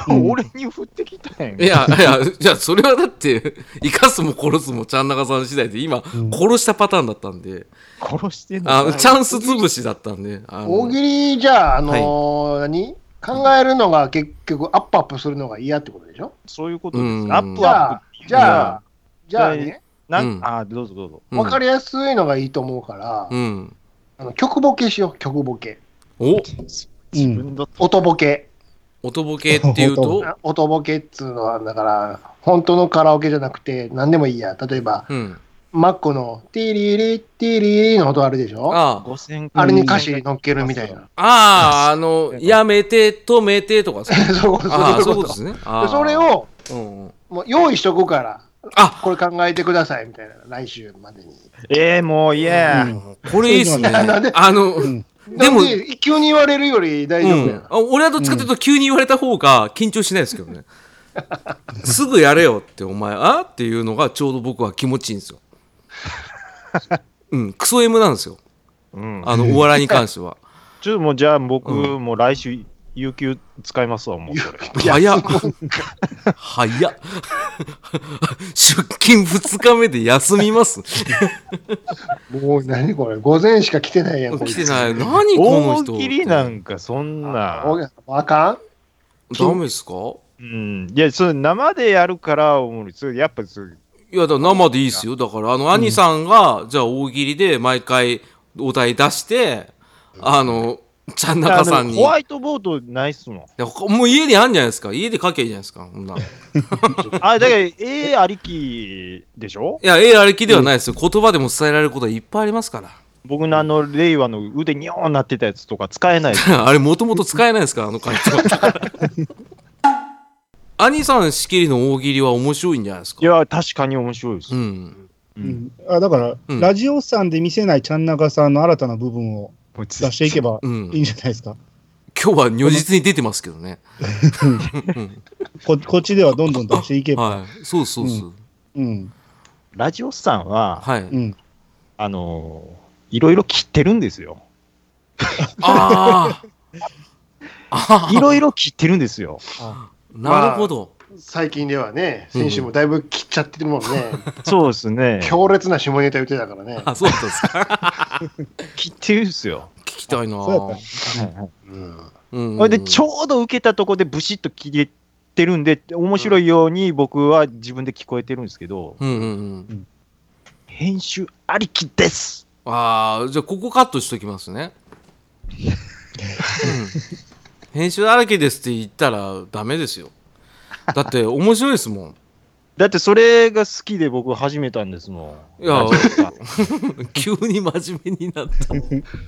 Speaker 1: [laughs] 俺に振ってきたやん
Speaker 2: い。や、いや、じゃあ、それはだって、生かすも殺すもちゃん中さん次第で、今、
Speaker 4: うん
Speaker 2: 殺したパターンだったんで、
Speaker 1: 殺してんの
Speaker 2: あ
Speaker 1: か
Speaker 2: の、チャンス潰しだったんで、あの
Speaker 3: 大喜利じゃあ、あのー何考えるのが結局、アップアップするのが嫌ってことでしょ
Speaker 1: そういうことで
Speaker 2: う
Speaker 1: す。
Speaker 2: ん
Speaker 1: アッ
Speaker 3: じ
Speaker 1: プ
Speaker 3: ゃ
Speaker 1: アッ
Speaker 3: あ、じゃあ、じゃあ
Speaker 1: じゃ
Speaker 3: ね、
Speaker 1: プ。な
Speaker 2: うんん
Speaker 1: あ、どうぞどうぞ。
Speaker 2: うん
Speaker 3: わかりやすいのがいいと思うから、
Speaker 2: うん。
Speaker 3: あの曲ボケしよう、曲ボケ。
Speaker 2: お、
Speaker 1: 自分の
Speaker 3: 音ボケ。
Speaker 2: 音ボケっていう
Speaker 3: [laughs]
Speaker 2: と、
Speaker 3: あ音ボケっつうのは、だから、本当のカラオケじゃなくて、何でもいいや。例えば、
Speaker 2: うん。
Speaker 3: マックのティリリ、ティリリの音あるでしょあ
Speaker 2: ああ、
Speaker 1: 5000
Speaker 3: れに歌詞乗っけるみたいな。
Speaker 2: ああ、あの、やめて、止めてとかですね、
Speaker 3: [laughs] そういうこと
Speaker 2: ああ、
Speaker 3: そ
Speaker 2: そうういううこ
Speaker 3: いこ
Speaker 2: と
Speaker 3: と
Speaker 2: ですね。
Speaker 3: で
Speaker 2: ああ
Speaker 3: それ、を、
Speaker 2: うんうん、
Speaker 3: もう用意しとくから、
Speaker 2: あ
Speaker 3: これ考えてくださいみたいな、来週までに。
Speaker 1: えー、もういや
Speaker 4: うん
Speaker 2: これいいっす
Speaker 3: [laughs]
Speaker 2: ね。あの、
Speaker 4: うん
Speaker 2: でも
Speaker 3: だって急に言われるより大丈夫やな。
Speaker 2: うん、あ俺はどっちかというと急に言われた方が緊張しないですけどね [laughs] すぐやれよってお前あっていうのがちょうど僕は気持ちいいんですようんクソ M なんですよ
Speaker 1: うん。
Speaker 2: あのお笑いに関しては
Speaker 1: ちょっともうじゃあ僕、
Speaker 2: う
Speaker 1: もう来週、有給使いますわ、もうそれ。
Speaker 2: 早っ早っ出勤2日目で休みます
Speaker 3: もう何これ、午前しか来てないやん。。
Speaker 2: 来てないい何この
Speaker 1: 大
Speaker 2: 人
Speaker 1: 喜利なんか、そんな。
Speaker 3: あかん
Speaker 2: ダメですか
Speaker 1: うん。いや、それ生でやるから、思うそれやっぱそう、
Speaker 2: いやだから生でいいですよだからあの兄さんが、じゃあ大喜利で毎回お題出してあのちゃん中さんに
Speaker 1: ホワイトボードないっすもん。
Speaker 2: いやこもう家にあんじゃないですか家で書けばいいじゃないですかこんない
Speaker 1: あ、だから、えー、ありきでしょ
Speaker 2: やええあれきではないですよ、言葉でも伝えられることはいっぱいありますから [laughs]
Speaker 1: 僕のあの、令和の腕にょーんなってたやつとか使え
Speaker 2: [laughs]
Speaker 1: ないです。
Speaker 2: あれもともと使えないですからあの回答兄さん仕切りの大喜利は面白いんじゃないですか
Speaker 1: いや、確かに面白いです
Speaker 2: う。ん
Speaker 1: うん
Speaker 4: あだから、
Speaker 2: うん
Speaker 4: ラジオさんで見せないちゃん中さんの新たな部分を
Speaker 1: もうつ
Speaker 4: 出していけば
Speaker 2: うん
Speaker 4: いいんじゃないですか。
Speaker 2: 今日は如実に出てますけどね、
Speaker 4: ここっちではどんどん出していけば。
Speaker 2: はい、そうそうそう、
Speaker 4: うん。
Speaker 1: ラジオスさんは、
Speaker 2: はい、
Speaker 4: うん。
Speaker 1: あのーいろいろ切ってるんです
Speaker 2: [laughs]
Speaker 1: よ。
Speaker 2: あーあ
Speaker 1: いろいろ切ってるんですよ。
Speaker 2: ーなるほど、
Speaker 3: 最近ではね、選手もだいぶ切っちゃってるもんね。
Speaker 1: そうですね。
Speaker 3: 強烈な下ネタ言ってたからね。
Speaker 2: [laughs] あそうだったんですか
Speaker 1: 切ってるんですよ。
Speaker 2: 聞きたいな
Speaker 4: そうやった
Speaker 3: うん。
Speaker 2: うん
Speaker 1: それでちょうど受けたとこでブシッと切れてるんで面白いように僕は自分で聞こえてるんですけど、
Speaker 2: うんうんうん
Speaker 1: 編集ありきです
Speaker 2: ああ、じゃあここカットしときますね。うん、編集だらけですって言ったらダメですよ。だって面白いですもん。 [laughs]
Speaker 1: だってそれが好きで僕始めたんですもん
Speaker 2: いや
Speaker 1: ラジオさん
Speaker 2: 急に真面目になった。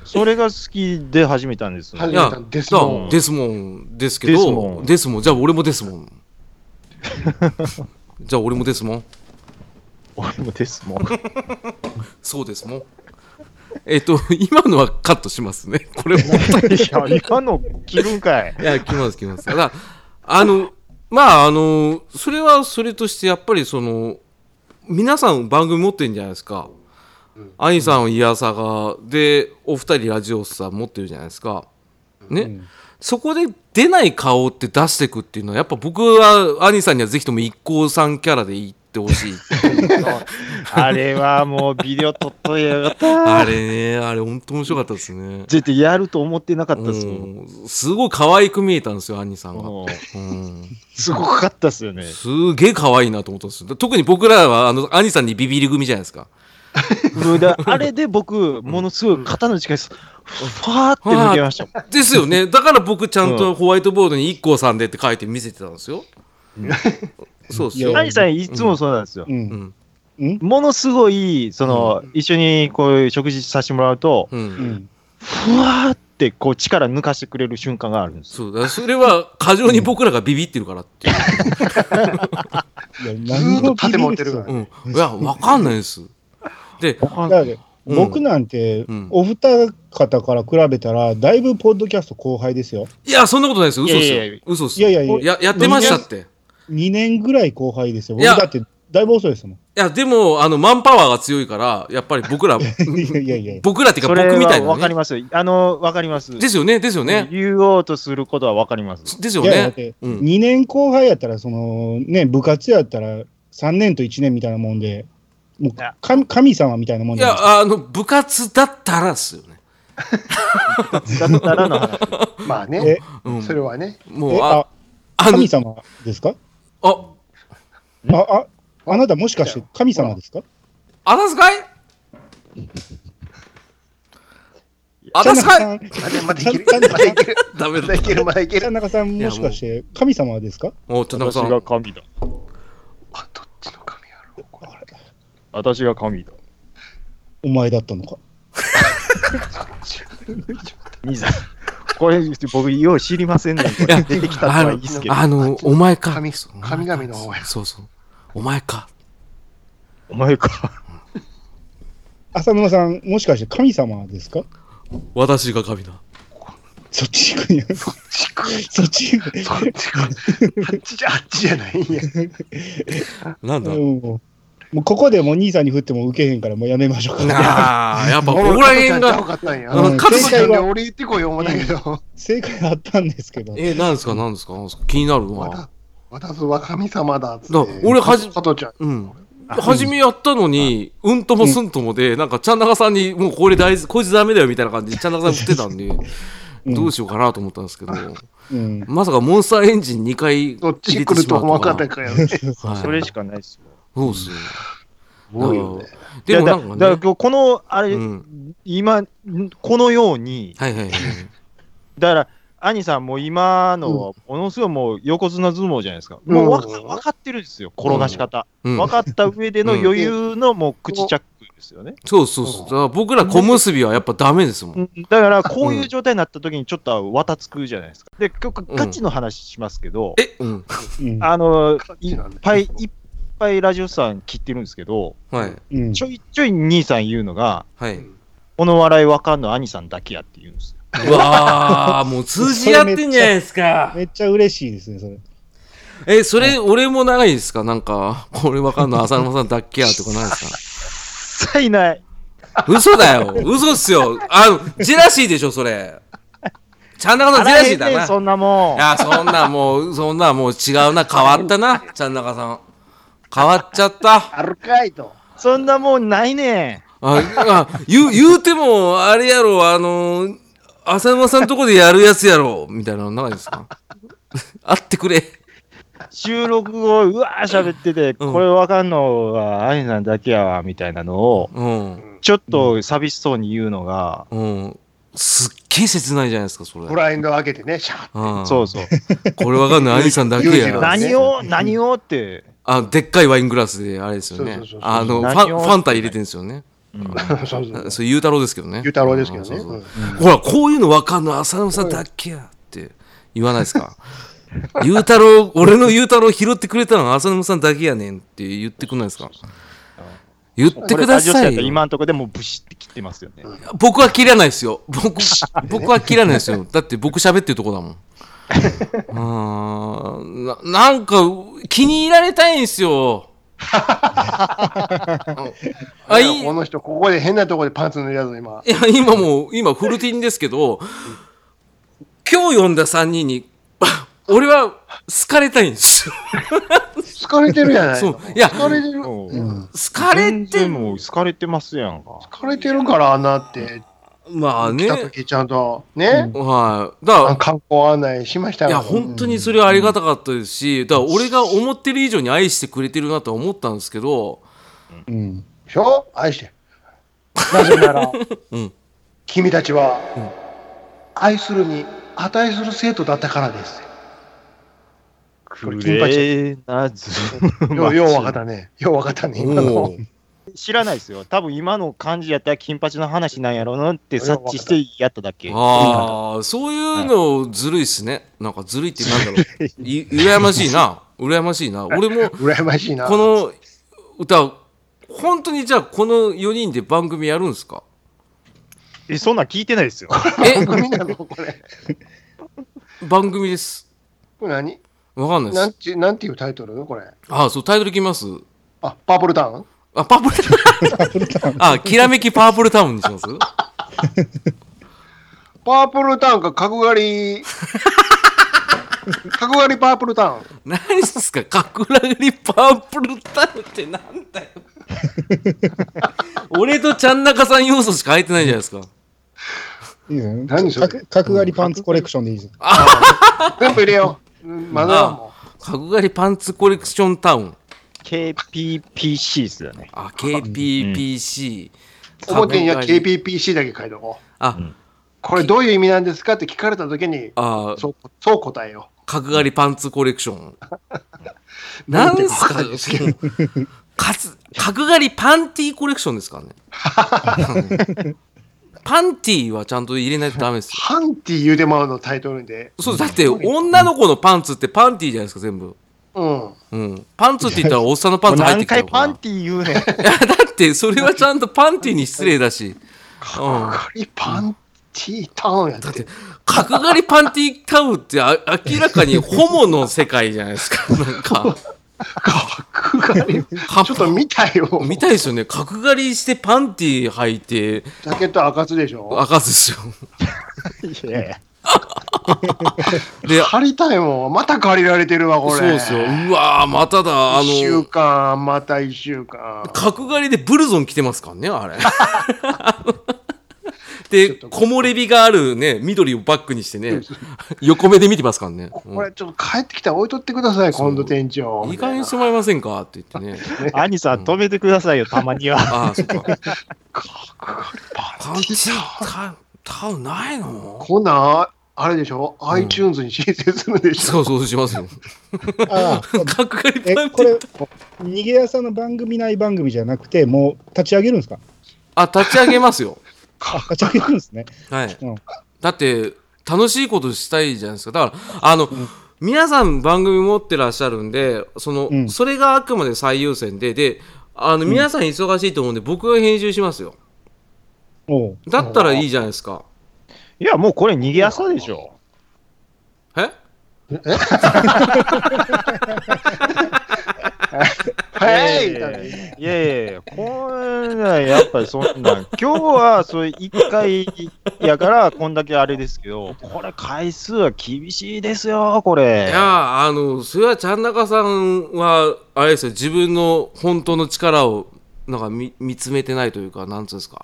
Speaker 1: それが好きで始めたんですもん
Speaker 3: 初
Speaker 2: い
Speaker 3: め
Speaker 2: や
Speaker 3: た、です
Speaker 2: そ
Speaker 3: も。
Speaker 2: うんですもんですけ
Speaker 1: ですも
Speaker 2: ど、
Speaker 1: ん
Speaker 2: ですもん。じゃあ俺もですもん。 [laughs] じゃあ俺もですもん。
Speaker 1: 俺もですもん
Speaker 2: そうですもん。えっと、今のはカットしますね。これも。
Speaker 1: いや今の切るんかい
Speaker 2: いや、来ます来ます。ただ、あの、まあ、あの、それはそれとして、やっぱりその、皆さん番組持ってるんじゃないですか。アニさんはイヤサガで、お二人ラジオスさん持ってるじゃないですか。ね、
Speaker 4: ん
Speaker 2: そこで出ない顔って出してくっていうのは、やっぱ僕はアニさんにはぜひとも一行さんキャラで言ってほしい。
Speaker 1: あれはもうビデオ撮っといやがった
Speaker 2: あれね、あれ本当面白かったですね。
Speaker 1: [laughs] 絶対やると思ってなかったですもん
Speaker 2: うん、すごい可愛く見えたんですよ、アニさんは。
Speaker 1: うん
Speaker 2: うん
Speaker 1: すごかったっすよね
Speaker 2: すげえ可愛いなと思ったんですよ特に僕らはあの兄さんにビビり組じゃないですか
Speaker 1: うんだあれで僕、ものすごい肩の力です。ファーって抜けましたもん。
Speaker 2: ですよねだから僕ちゃん
Speaker 1: う
Speaker 2: とホワイトボードに i k さんでって書いて見せてたんですよ、そうです
Speaker 4: い
Speaker 2: よ
Speaker 4: や
Speaker 1: 谷さん、いつもそうなんですよ。
Speaker 4: う。
Speaker 2: うんん
Speaker 4: うん
Speaker 1: ものすごい、その、一緒にこういう食事させてもらうと、
Speaker 2: う
Speaker 4: うんん。
Speaker 1: ふわーってこう力抜かしてくれる瞬間があるんですよ。
Speaker 2: そうだからそれは過剰に僕らがビビってるからっていう、
Speaker 4: いや、
Speaker 3: ーっと盾持ってる
Speaker 4: 何をビビ
Speaker 2: うん、いや分かんないですで
Speaker 4: さだって
Speaker 2: うん
Speaker 4: 僕なんて
Speaker 2: うん、
Speaker 4: お二方から比べたら、だいぶポッドキャスト後輩ですよ。
Speaker 2: いやそんなことないですよ嘘っすよ
Speaker 1: いやいやいや
Speaker 2: 嘘っす
Speaker 4: いや
Speaker 2: よ
Speaker 4: いやいや、
Speaker 2: ややってましたってい
Speaker 4: 2年ぐらい後輩ですよ。
Speaker 2: い
Speaker 4: 僕
Speaker 2: や
Speaker 4: だって、だいぶ遅いですもん。
Speaker 2: やでもあのマンパワーが強いからやっぱり僕ら
Speaker 4: いやいやいやいや。
Speaker 2: 僕らっていう
Speaker 1: そ
Speaker 2: か
Speaker 1: れ
Speaker 2: 僕みた
Speaker 1: はい
Speaker 2: な、
Speaker 1: わかり
Speaker 2: ね、
Speaker 1: ます。あの、わかります。
Speaker 2: ですよねですよね
Speaker 1: 言おうとすることはわかります。
Speaker 2: ですよ
Speaker 4: いやいやだっ
Speaker 2: ね
Speaker 4: て、
Speaker 2: うん
Speaker 4: 2年後輩やったら、その、ね、部活やったら、3年と1年みたいなもんで、もう
Speaker 1: や
Speaker 4: 神、神様みたいなもん
Speaker 2: い
Speaker 4: じゃないですか。
Speaker 2: や、あの、部活だったらっすよね。
Speaker 1: だったらの話。
Speaker 3: まあね、
Speaker 2: うん、
Speaker 3: それはね。
Speaker 2: もう、
Speaker 4: え、
Speaker 2: あ
Speaker 4: あ、、
Speaker 2: あの
Speaker 4: 神、様ですか
Speaker 2: あ、
Speaker 4: あ、あ、あなたもしかして神様ですか
Speaker 2: あだすかいあ
Speaker 4: 田
Speaker 2: だす
Speaker 4: 中
Speaker 2: かい
Speaker 4: さん、
Speaker 3: まだまだいける。まだいける。
Speaker 2: ダメ
Speaker 3: まだ
Speaker 2: だ
Speaker 3: い。ける。まだいけ
Speaker 4: 田
Speaker 3: る。
Speaker 4: 中さんもしかして神様ですか
Speaker 2: もう、田中
Speaker 1: 私
Speaker 2: さ
Speaker 1: が
Speaker 2: ん、
Speaker 1: 神だ。
Speaker 3: あ、どっちの髪やろうこれ。
Speaker 1: 私が神だ。
Speaker 4: お前だったのか。
Speaker 1: 兄さん。これ、僕、よう知りませんねん。これ出てきたとはいいですけど。
Speaker 2: あの、お前か。
Speaker 3: 神
Speaker 2: そう
Speaker 3: 神々の方や
Speaker 2: そうそう。お前か。
Speaker 1: お前か。
Speaker 4: 浅沼さん、もしかして神様ですか
Speaker 2: 私が神だ。
Speaker 4: そっち行くんや。
Speaker 3: ちく
Speaker 4: そっち行く。
Speaker 3: そっちか。あっちじゃ、あっちじゃないんや。
Speaker 2: なんだ
Speaker 4: うんもうここでもう兄さんに振っても受けへんからもうやめましょうか。
Speaker 2: なあ、やっぱ、ここら辺
Speaker 3: ちゃん
Speaker 2: が。
Speaker 3: かったんや。
Speaker 2: うん
Speaker 4: 勝つ
Speaker 3: ちゃんで俺言ってこいよ、思うんだけど。
Speaker 4: 正解あったんですけど。
Speaker 2: え、なんですか、なんですか、なんですか気になる
Speaker 3: わ
Speaker 2: な
Speaker 3: た。私は神様だっつって。
Speaker 2: だ俺はじ
Speaker 3: 加藤ちゃん。
Speaker 2: うん。初めやったのに、うんともすんともで、なんか、ちゃんなかさんに、もうこれ大事、こいつダメだよみたいな感じで、ちゃんなかさん振ってたんで、
Speaker 4: うん
Speaker 2: どうしようかなと思ったんですけど、 [laughs]
Speaker 4: うん。
Speaker 2: まさかモンスターエンジン2回
Speaker 3: どっち
Speaker 2: 入れ
Speaker 3: 来
Speaker 2: て
Speaker 3: る
Speaker 2: し
Speaker 3: と
Speaker 2: まう
Speaker 3: 思わ
Speaker 2: と
Speaker 3: んかった
Speaker 2: か。
Speaker 3: からね。
Speaker 2: はい
Speaker 1: それしかないですよ。
Speaker 2: そうっすよ。
Speaker 3: 多いよね。
Speaker 2: でも
Speaker 1: いや
Speaker 2: な
Speaker 1: だ
Speaker 2: ん
Speaker 1: だ
Speaker 2: かね
Speaker 1: ら、今日この、あれ、
Speaker 2: うん
Speaker 1: 今、んこのように、
Speaker 2: はいはいはい。
Speaker 1: だから、兄さんもう今のは、ものすごいもう横綱相撲じゃないですか。
Speaker 3: うん
Speaker 1: もうわか分かってるんですよ、転がし方。
Speaker 2: うん
Speaker 1: 分かった上での余裕のもう口チャックですよね。
Speaker 2: そうそうそう。だから僕ら小結びはやっぱダメですもん。
Speaker 1: だから、こういう状態になった時にちょっとわたつくじゃないですか。で、今日ガチの話しますけど、
Speaker 2: えうん。
Speaker 4: うん。
Speaker 1: あの、
Speaker 3: ガ
Speaker 1: い
Speaker 3: チ
Speaker 1: っ
Speaker 3: なんだ
Speaker 1: ぱいいっぱいラジオさん切ってるんですけど、
Speaker 2: はい。
Speaker 4: うん
Speaker 1: ちょいちょい兄さん言うのが、
Speaker 2: はい。
Speaker 1: この笑いわかんの兄さんだけやって言うんですよ。
Speaker 2: うわー、もう通じ合ってんじゃないですか。
Speaker 4: めっちゃ嬉しいですね、それ。
Speaker 2: え、それ、俺も長いですかなんか、これわかんの浅沼さんだっけやとかないです
Speaker 1: さいない。
Speaker 2: か嘘だよ。嘘っすよ。あの、ジェラシーでしょ、それ。ちゃんなかさん、ジェラシーだ
Speaker 1: あらへんね
Speaker 2: な。
Speaker 1: んそんなもん。
Speaker 2: あそんなもう、そんなもう違うな、変わったな、ちゃんなかさん。変わっちゃった。
Speaker 3: あるかいと。
Speaker 1: そんなもんないね
Speaker 2: ああ言う言うても、あれやろ、あの浅沼さんとこでやるやつやろ、みたいなのないですか [laughs] 会ってくれ。
Speaker 1: ん。収録後、うわー喋ってて、
Speaker 2: うん
Speaker 1: これわかんのは兄さんだけやわ、みたいなのを、
Speaker 2: うん。
Speaker 1: ちょっと寂しそうに言うのが、
Speaker 2: うん。すっげえ切ないじゃないですか、それ。
Speaker 3: ブラインド開けてね、シャー
Speaker 2: うん、
Speaker 1: そうそう。
Speaker 2: これわかんない、兄さんだけ
Speaker 3: 裕次
Speaker 2: や。
Speaker 3: 郎
Speaker 1: 何を、何をって、
Speaker 2: あでっかいワイングラスで、あれですよね
Speaker 3: そうそうそう。そう
Speaker 2: あのフ
Speaker 1: 何
Speaker 2: ァン、
Speaker 1: を
Speaker 2: ファンタ入れてるんですよね。
Speaker 1: うん
Speaker 3: ッ。そうそう。
Speaker 2: そう、ゆうたろうですけどね。
Speaker 3: ゆうたろうですけど
Speaker 2: うんそうそう
Speaker 3: ね。
Speaker 2: ほら、こういうのわかんの、浅野さんだけやって言わないですか。 [laughs] ゆうたろう、俺のゆうたろう拾ってくれたのは浅野さんだけやねんって言ってくんないですか。言って
Speaker 1: これ
Speaker 2: く
Speaker 1: ラ
Speaker 2: だ
Speaker 1: ジオさんや
Speaker 2: さ
Speaker 1: った
Speaker 2: い
Speaker 1: ら
Speaker 2: よ。
Speaker 1: 今のとこでもうブシって切ってますよね。
Speaker 2: 僕は切らないですよ。僕、 [laughs] 僕は切らないですよ。だって僕喋ってるとこだもん。あーななんか気に入られたいんで
Speaker 1: [laughs]
Speaker 2: すよ。あいい
Speaker 3: この人、ここで変なとこでパンツ脱いだぞ、今。
Speaker 2: いや、今もう、今フルティンですけど、今日呼んだ3人に、 [laughs] あ俺は好かれたいんですよ。
Speaker 3: 疲れてるじゃない
Speaker 2: そ
Speaker 3: の
Speaker 2: う。いや、
Speaker 3: 疲れてる。
Speaker 1: うん
Speaker 2: 好かれ
Speaker 1: 全
Speaker 2: て
Speaker 1: 然
Speaker 2: も、
Speaker 1: もう好かれてますやんか。
Speaker 3: 疲れてるから、あんなって。
Speaker 2: まあ
Speaker 3: 来
Speaker 2: ね、
Speaker 3: た
Speaker 2: はい
Speaker 3: 時ちゃんと、
Speaker 2: だ
Speaker 3: ね。。
Speaker 2: か
Speaker 3: 観光案内しました
Speaker 2: ら、い
Speaker 3: よ
Speaker 2: や、本当にそれはありがたかったですし、だから俺が思ってる以上に愛してくれてるなとは思ったんですけど、
Speaker 4: うん。
Speaker 3: でしょ愛してる。なぜな
Speaker 2: [laughs]
Speaker 3: ら、君たちは、
Speaker 2: [laughs]
Speaker 3: 愛するに値する生徒だったからです。
Speaker 1: くれなず。
Speaker 3: よう、よう分かったね。よう分かったね、今
Speaker 2: お
Speaker 3: の。
Speaker 2: ー
Speaker 1: 知らないですよ。多分今の感じやったら金八の話なんやろうなって察知してやっただけ。
Speaker 2: ああ、そういうのずるいっすね。なんかずるいってなんだろう。い羨ましいな。羨ましいな。俺も
Speaker 3: 羨ましいな。
Speaker 2: この歌、本当にじゃあこの4人で番組やるんですか
Speaker 1: え、そんなん聞いてないですよ。
Speaker 2: え、
Speaker 3: [laughs] 組なのこれ。
Speaker 2: 番組です。
Speaker 3: これ何
Speaker 2: わかんないで
Speaker 3: なん
Speaker 2: す。
Speaker 3: ちなんていうタイトルこれ。
Speaker 2: ああ、そう、タイトルいきます。
Speaker 3: あ、パープ
Speaker 2: [laughs]
Speaker 3: ルタウン
Speaker 2: あ、パープルタウン。 [laughs] あ、きらめきパープルタウンにします [laughs]
Speaker 3: パープルタウンか角刈り。角刈りパープルタウン。
Speaker 2: 何ですか角ラりパープルタウンってなんだよ。俺とちゃんなかさん要素しか入ってないじゃないですか。
Speaker 4: いいですよね。
Speaker 3: 何それ
Speaker 4: 角角刈りパンツコレクションでいいですよ。
Speaker 3: 全部入れよう。うんマナーも。
Speaker 2: 角刈りパンツコレクションタウン。
Speaker 1: KPPC ですよね。
Speaker 2: あ、KPPC。
Speaker 3: 表には
Speaker 2: 角刈り。
Speaker 3: KPPC だけ書いとこう。
Speaker 2: あ、
Speaker 3: これどういう意味なんですかって聞かれたときに、
Speaker 2: あー、
Speaker 3: そうそう答えよ
Speaker 2: 角刈りパンツコレクション。なんすかかつ角刈りパンティーコレクションですからね。 [laughs] パンティーはちゃんと入れないとダメです
Speaker 3: う。ハンティ言うてまうのタイトルで。
Speaker 2: よ。そうだって女の子のパンツってパンティーじゃないですか全部。
Speaker 3: うん。
Speaker 2: うん、パンツって言ったらおっさんのパ
Speaker 1: も
Speaker 2: ン
Speaker 1: う
Speaker 2: ツ入
Speaker 1: 何
Speaker 2: ってきた
Speaker 1: 回
Speaker 2: のか
Speaker 1: パ
Speaker 2: な
Speaker 1: ンティ言うねん。
Speaker 2: いや [laughs] だってそれはちゃんとパンティに失礼だし、うん、
Speaker 3: カリパンティタウンやって。
Speaker 2: 角刈りパンティタウンってあ明らかにホモの世界じゃないですかなんか
Speaker 3: 角刈り。ち
Speaker 2: か
Speaker 3: ょっと見たよ。
Speaker 2: 見たいですよね角刈りしてパンティ履いて
Speaker 3: ジャケット赤字でしょ
Speaker 2: 赤ずですよ
Speaker 1: いやいや
Speaker 2: で
Speaker 3: 借りたいもん。また借りられてるわ、これ。
Speaker 2: そうですようわーまただあ
Speaker 3: 一週
Speaker 2: の
Speaker 3: 間、また一週間。
Speaker 2: 角刈りでブルゾン着てますからねあ
Speaker 3: [laughs]
Speaker 2: れで木漏れ日があるね緑をバックにしてね横目で見てますからね、うん
Speaker 3: これちょっと帰ってきたら置いとってください、
Speaker 2: そう
Speaker 3: 今度店長。
Speaker 2: いい加減にしてもらえませんかって言ってね。
Speaker 1: 兄さん止めてくださいよ、たまには。
Speaker 2: ああ、そっか。
Speaker 3: パ
Speaker 2: パン
Speaker 3: ン
Speaker 2: チ
Speaker 3: チ
Speaker 2: タタウンないの
Speaker 3: こんなん、あれでしょ、?iTunes に申請するでしょ、
Speaker 2: そうそうしますよ。
Speaker 4: ああ、
Speaker 2: 角刈り
Speaker 4: え
Speaker 2: パン、
Speaker 4: こ
Speaker 2: ティ
Speaker 4: れ、逃げ屋さんの番組内番組じゃなくて、もう立ち上げるんですか
Speaker 2: あ、立ち上げますよ。
Speaker 4: 立ち上げるんですね。
Speaker 2: はい
Speaker 4: うん。
Speaker 2: だって、楽しいことしたいじゃないですか。だから、あの、皆さん番組持ってらっしゃるんで、その、
Speaker 4: うん
Speaker 2: それがあくまで最優先で、で、あの、皆さん忙しいと思うんで、僕が編集しますよ。
Speaker 4: おう
Speaker 2: だったらいいじゃないですか。
Speaker 1: いや、もうこれ逃げ朝でしょ。
Speaker 2: え
Speaker 3: はい、
Speaker 1: いやいやいや、こんなんやっぱりそんなん、今日はそれ1回やから、こんだけあれですけど、これ回数は厳しいですよ、こ
Speaker 2: い
Speaker 1: れ。
Speaker 2: やあのそれはちゃんなかさんはあれですよ自分の本当の力をなんか見見つめてないというかなんつうんですか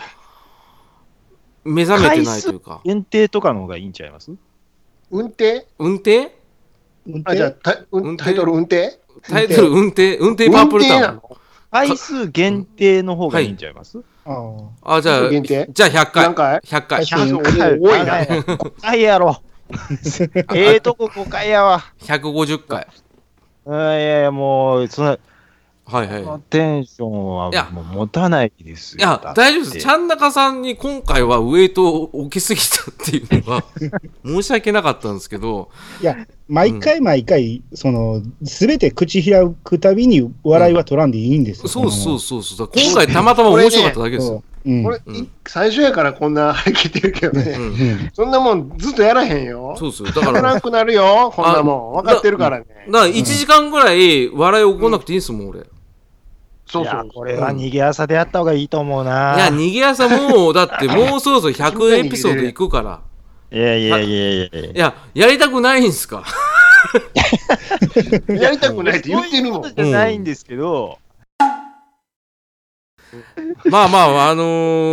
Speaker 2: 目覚めてないというか
Speaker 1: 限定とかの方がいいんちゃいます
Speaker 3: 運転
Speaker 2: 運転
Speaker 4: 運
Speaker 3: あ、じゃあ
Speaker 4: 転
Speaker 3: タ、
Speaker 2: 運
Speaker 3: うん
Speaker 2: 転
Speaker 3: タイトル運転
Speaker 2: タイトル運転運転パープルタウン
Speaker 1: 回数限定の方がいいんちゃいます、
Speaker 4: あ
Speaker 2: あじゃあ
Speaker 3: 限定
Speaker 2: じゃあ100回
Speaker 3: 何回
Speaker 2: 100回
Speaker 4: 100
Speaker 1: 100回
Speaker 3: 多いな
Speaker 1: な。5回
Speaker 3: [laughs]
Speaker 1: やろ。ええとこ5回やわ。
Speaker 2: 150回
Speaker 1: うんいやいや、もう、その
Speaker 2: はいはい
Speaker 1: このテンションはい
Speaker 2: や
Speaker 1: もう持たないですよ。
Speaker 2: いや大丈夫ですちゃんなかさんに今回はウエイトを置きすぎたっていうの [laughs] が申し訳なかったんですけど
Speaker 4: いや、毎回毎回、その、すべて口開くたびに笑いは取らんでいいんですよ。
Speaker 2: そうそう
Speaker 4: そ
Speaker 2: そうそう今回たまたま面白かっただけ
Speaker 4: う
Speaker 2: ですよ、
Speaker 4: う。うん。
Speaker 3: こ
Speaker 4: う
Speaker 3: れ、
Speaker 2: うん
Speaker 3: い最初やからこんな張り切ってるけどね、
Speaker 2: うん
Speaker 4: ん
Speaker 3: そんなもんずっとやらへんよ。
Speaker 2: そうですよ。だか、
Speaker 3: わから
Speaker 2: だ
Speaker 3: ら
Speaker 2: か
Speaker 3: んくなるよ、こんなもん。分かってるからね。
Speaker 2: ら1時間ぐらい笑い起こんなくていいんですもん、俺。い
Speaker 3: そう
Speaker 1: い
Speaker 3: そ
Speaker 1: や
Speaker 3: う。
Speaker 1: これは逃げ朝でやった方がいいと思うな。
Speaker 2: や、逃げ屋さんもう、だ [laughs] ってもうそろそろ100エピソードいくから。
Speaker 1: いやいやいやいやいや
Speaker 2: いや、やりたくないんすか。
Speaker 3: やりたくないって言ってる
Speaker 1: そういう
Speaker 3: も
Speaker 1: こ
Speaker 3: ん
Speaker 1: と。じゃないんですけど、
Speaker 2: [laughs] まあまあ、あの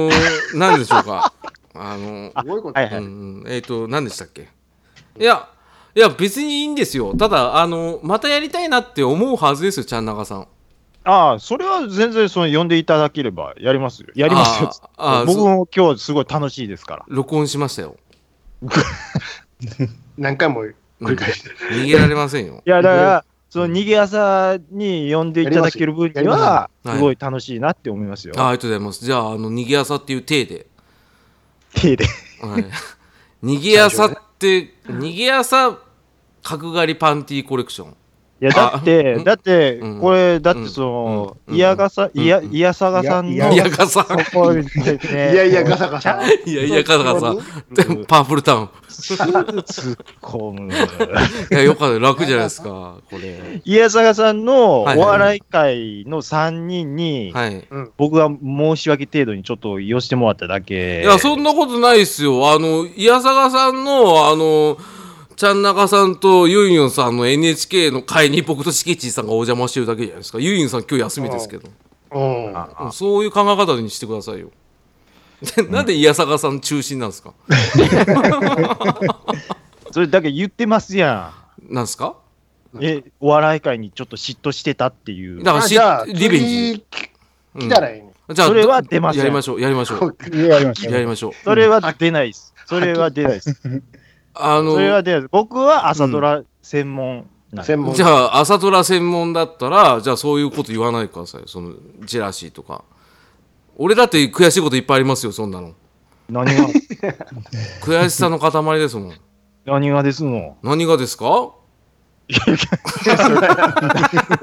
Speaker 2: ー、なんでしょうか。あのー
Speaker 3: すごいこと
Speaker 1: はいは
Speaker 2: う
Speaker 1: い。
Speaker 2: んうん、えっ、と、何でしたっけ。いや、いや、別にいいんですよ。ただ、あのーまたやりたいなって思うはずですよ、ちゃんなかさん。
Speaker 1: ああ、それは全然その呼んでいただければやりますよ。やりますよ。
Speaker 2: あーあー
Speaker 1: 僕
Speaker 2: そう
Speaker 1: も今日すごい楽しいですから。
Speaker 2: 録音しましたよ。
Speaker 3: 何回も繰り返して。
Speaker 2: 逃げられませんよ。
Speaker 1: いや、だから、その逃げ朝に呼んでいただける分には、
Speaker 2: やりますよ
Speaker 1: すごい楽しいなって思いますよ。
Speaker 2: あありがとうございます。じゃあ、あの、逃げ朝っていう体で。
Speaker 1: 手で。 [laughs]
Speaker 2: はい、逃げ朝って、逃げ朝角刈りパンティーコレクション。
Speaker 1: いや、だって、
Speaker 2: うん
Speaker 1: だって
Speaker 2: うん、
Speaker 1: これ、だってそ
Speaker 2: うん
Speaker 1: の、いやがさ、
Speaker 2: うん
Speaker 1: いや、
Speaker 2: うん
Speaker 1: いやさがさんの、
Speaker 4: いや
Speaker 2: い
Speaker 4: い
Speaker 2: やかさ
Speaker 1: そ。こです
Speaker 3: い
Speaker 1: ね。
Speaker 3: やいや、ガサガサ。
Speaker 2: いやいやかさ
Speaker 1: うん。
Speaker 2: パープルタウン。
Speaker 1: すぐ突っ込む。
Speaker 2: いや、よかった。楽じゃない
Speaker 1: [laughs]
Speaker 2: ですか、これ。
Speaker 1: いやさがさんのお
Speaker 2: はいはい
Speaker 1: 笑い界の3人に、
Speaker 2: はい。
Speaker 1: 僕は申し訳程度にちょっと寄してもらっただけ。
Speaker 2: いや、そんなことないですよ。あの、いやさがさんの、あの、ちゃんなかさんとユンユンさんの NHK の会に僕としけちーさんがお邪魔してるだけじゃないですか。ユンユンさん今日休みですけど。
Speaker 3: うん。
Speaker 2: うんそういう考え方にしてくださいよ。で [laughs] なんでいやさがさん中心なんですか
Speaker 1: それだけ言ってますや
Speaker 2: なんですか
Speaker 1: ん。え、お笑い界にちょっと嫉妬してたっていう。
Speaker 2: だから
Speaker 3: あ
Speaker 2: し
Speaker 3: じゃあ、
Speaker 2: リベンジ。
Speaker 3: 次来たらいいね。
Speaker 2: うんじゃあ
Speaker 1: それは出ません
Speaker 2: やりましょう、やりま
Speaker 1: [laughs]
Speaker 2: しょう。
Speaker 4: やりました
Speaker 2: やり
Speaker 4: よ。
Speaker 2: ましょう。
Speaker 1: それは出ないです。それは出
Speaker 2: [laughs]
Speaker 1: ないです。
Speaker 2: あ
Speaker 1: それ
Speaker 2: の、
Speaker 1: は出ないです。僕は朝ドラ専門なんで。
Speaker 3: 専門
Speaker 2: じゃあ、朝ドラ専門だったら、じゃあそういうこと言わないでください。その、ジェラシーとか。俺だって悔しいこといっぱいありますよ、そんなの。
Speaker 1: 何が、
Speaker 2: 悔しさの塊ですもん。 [laughs]
Speaker 1: 何がですの
Speaker 2: 何がですか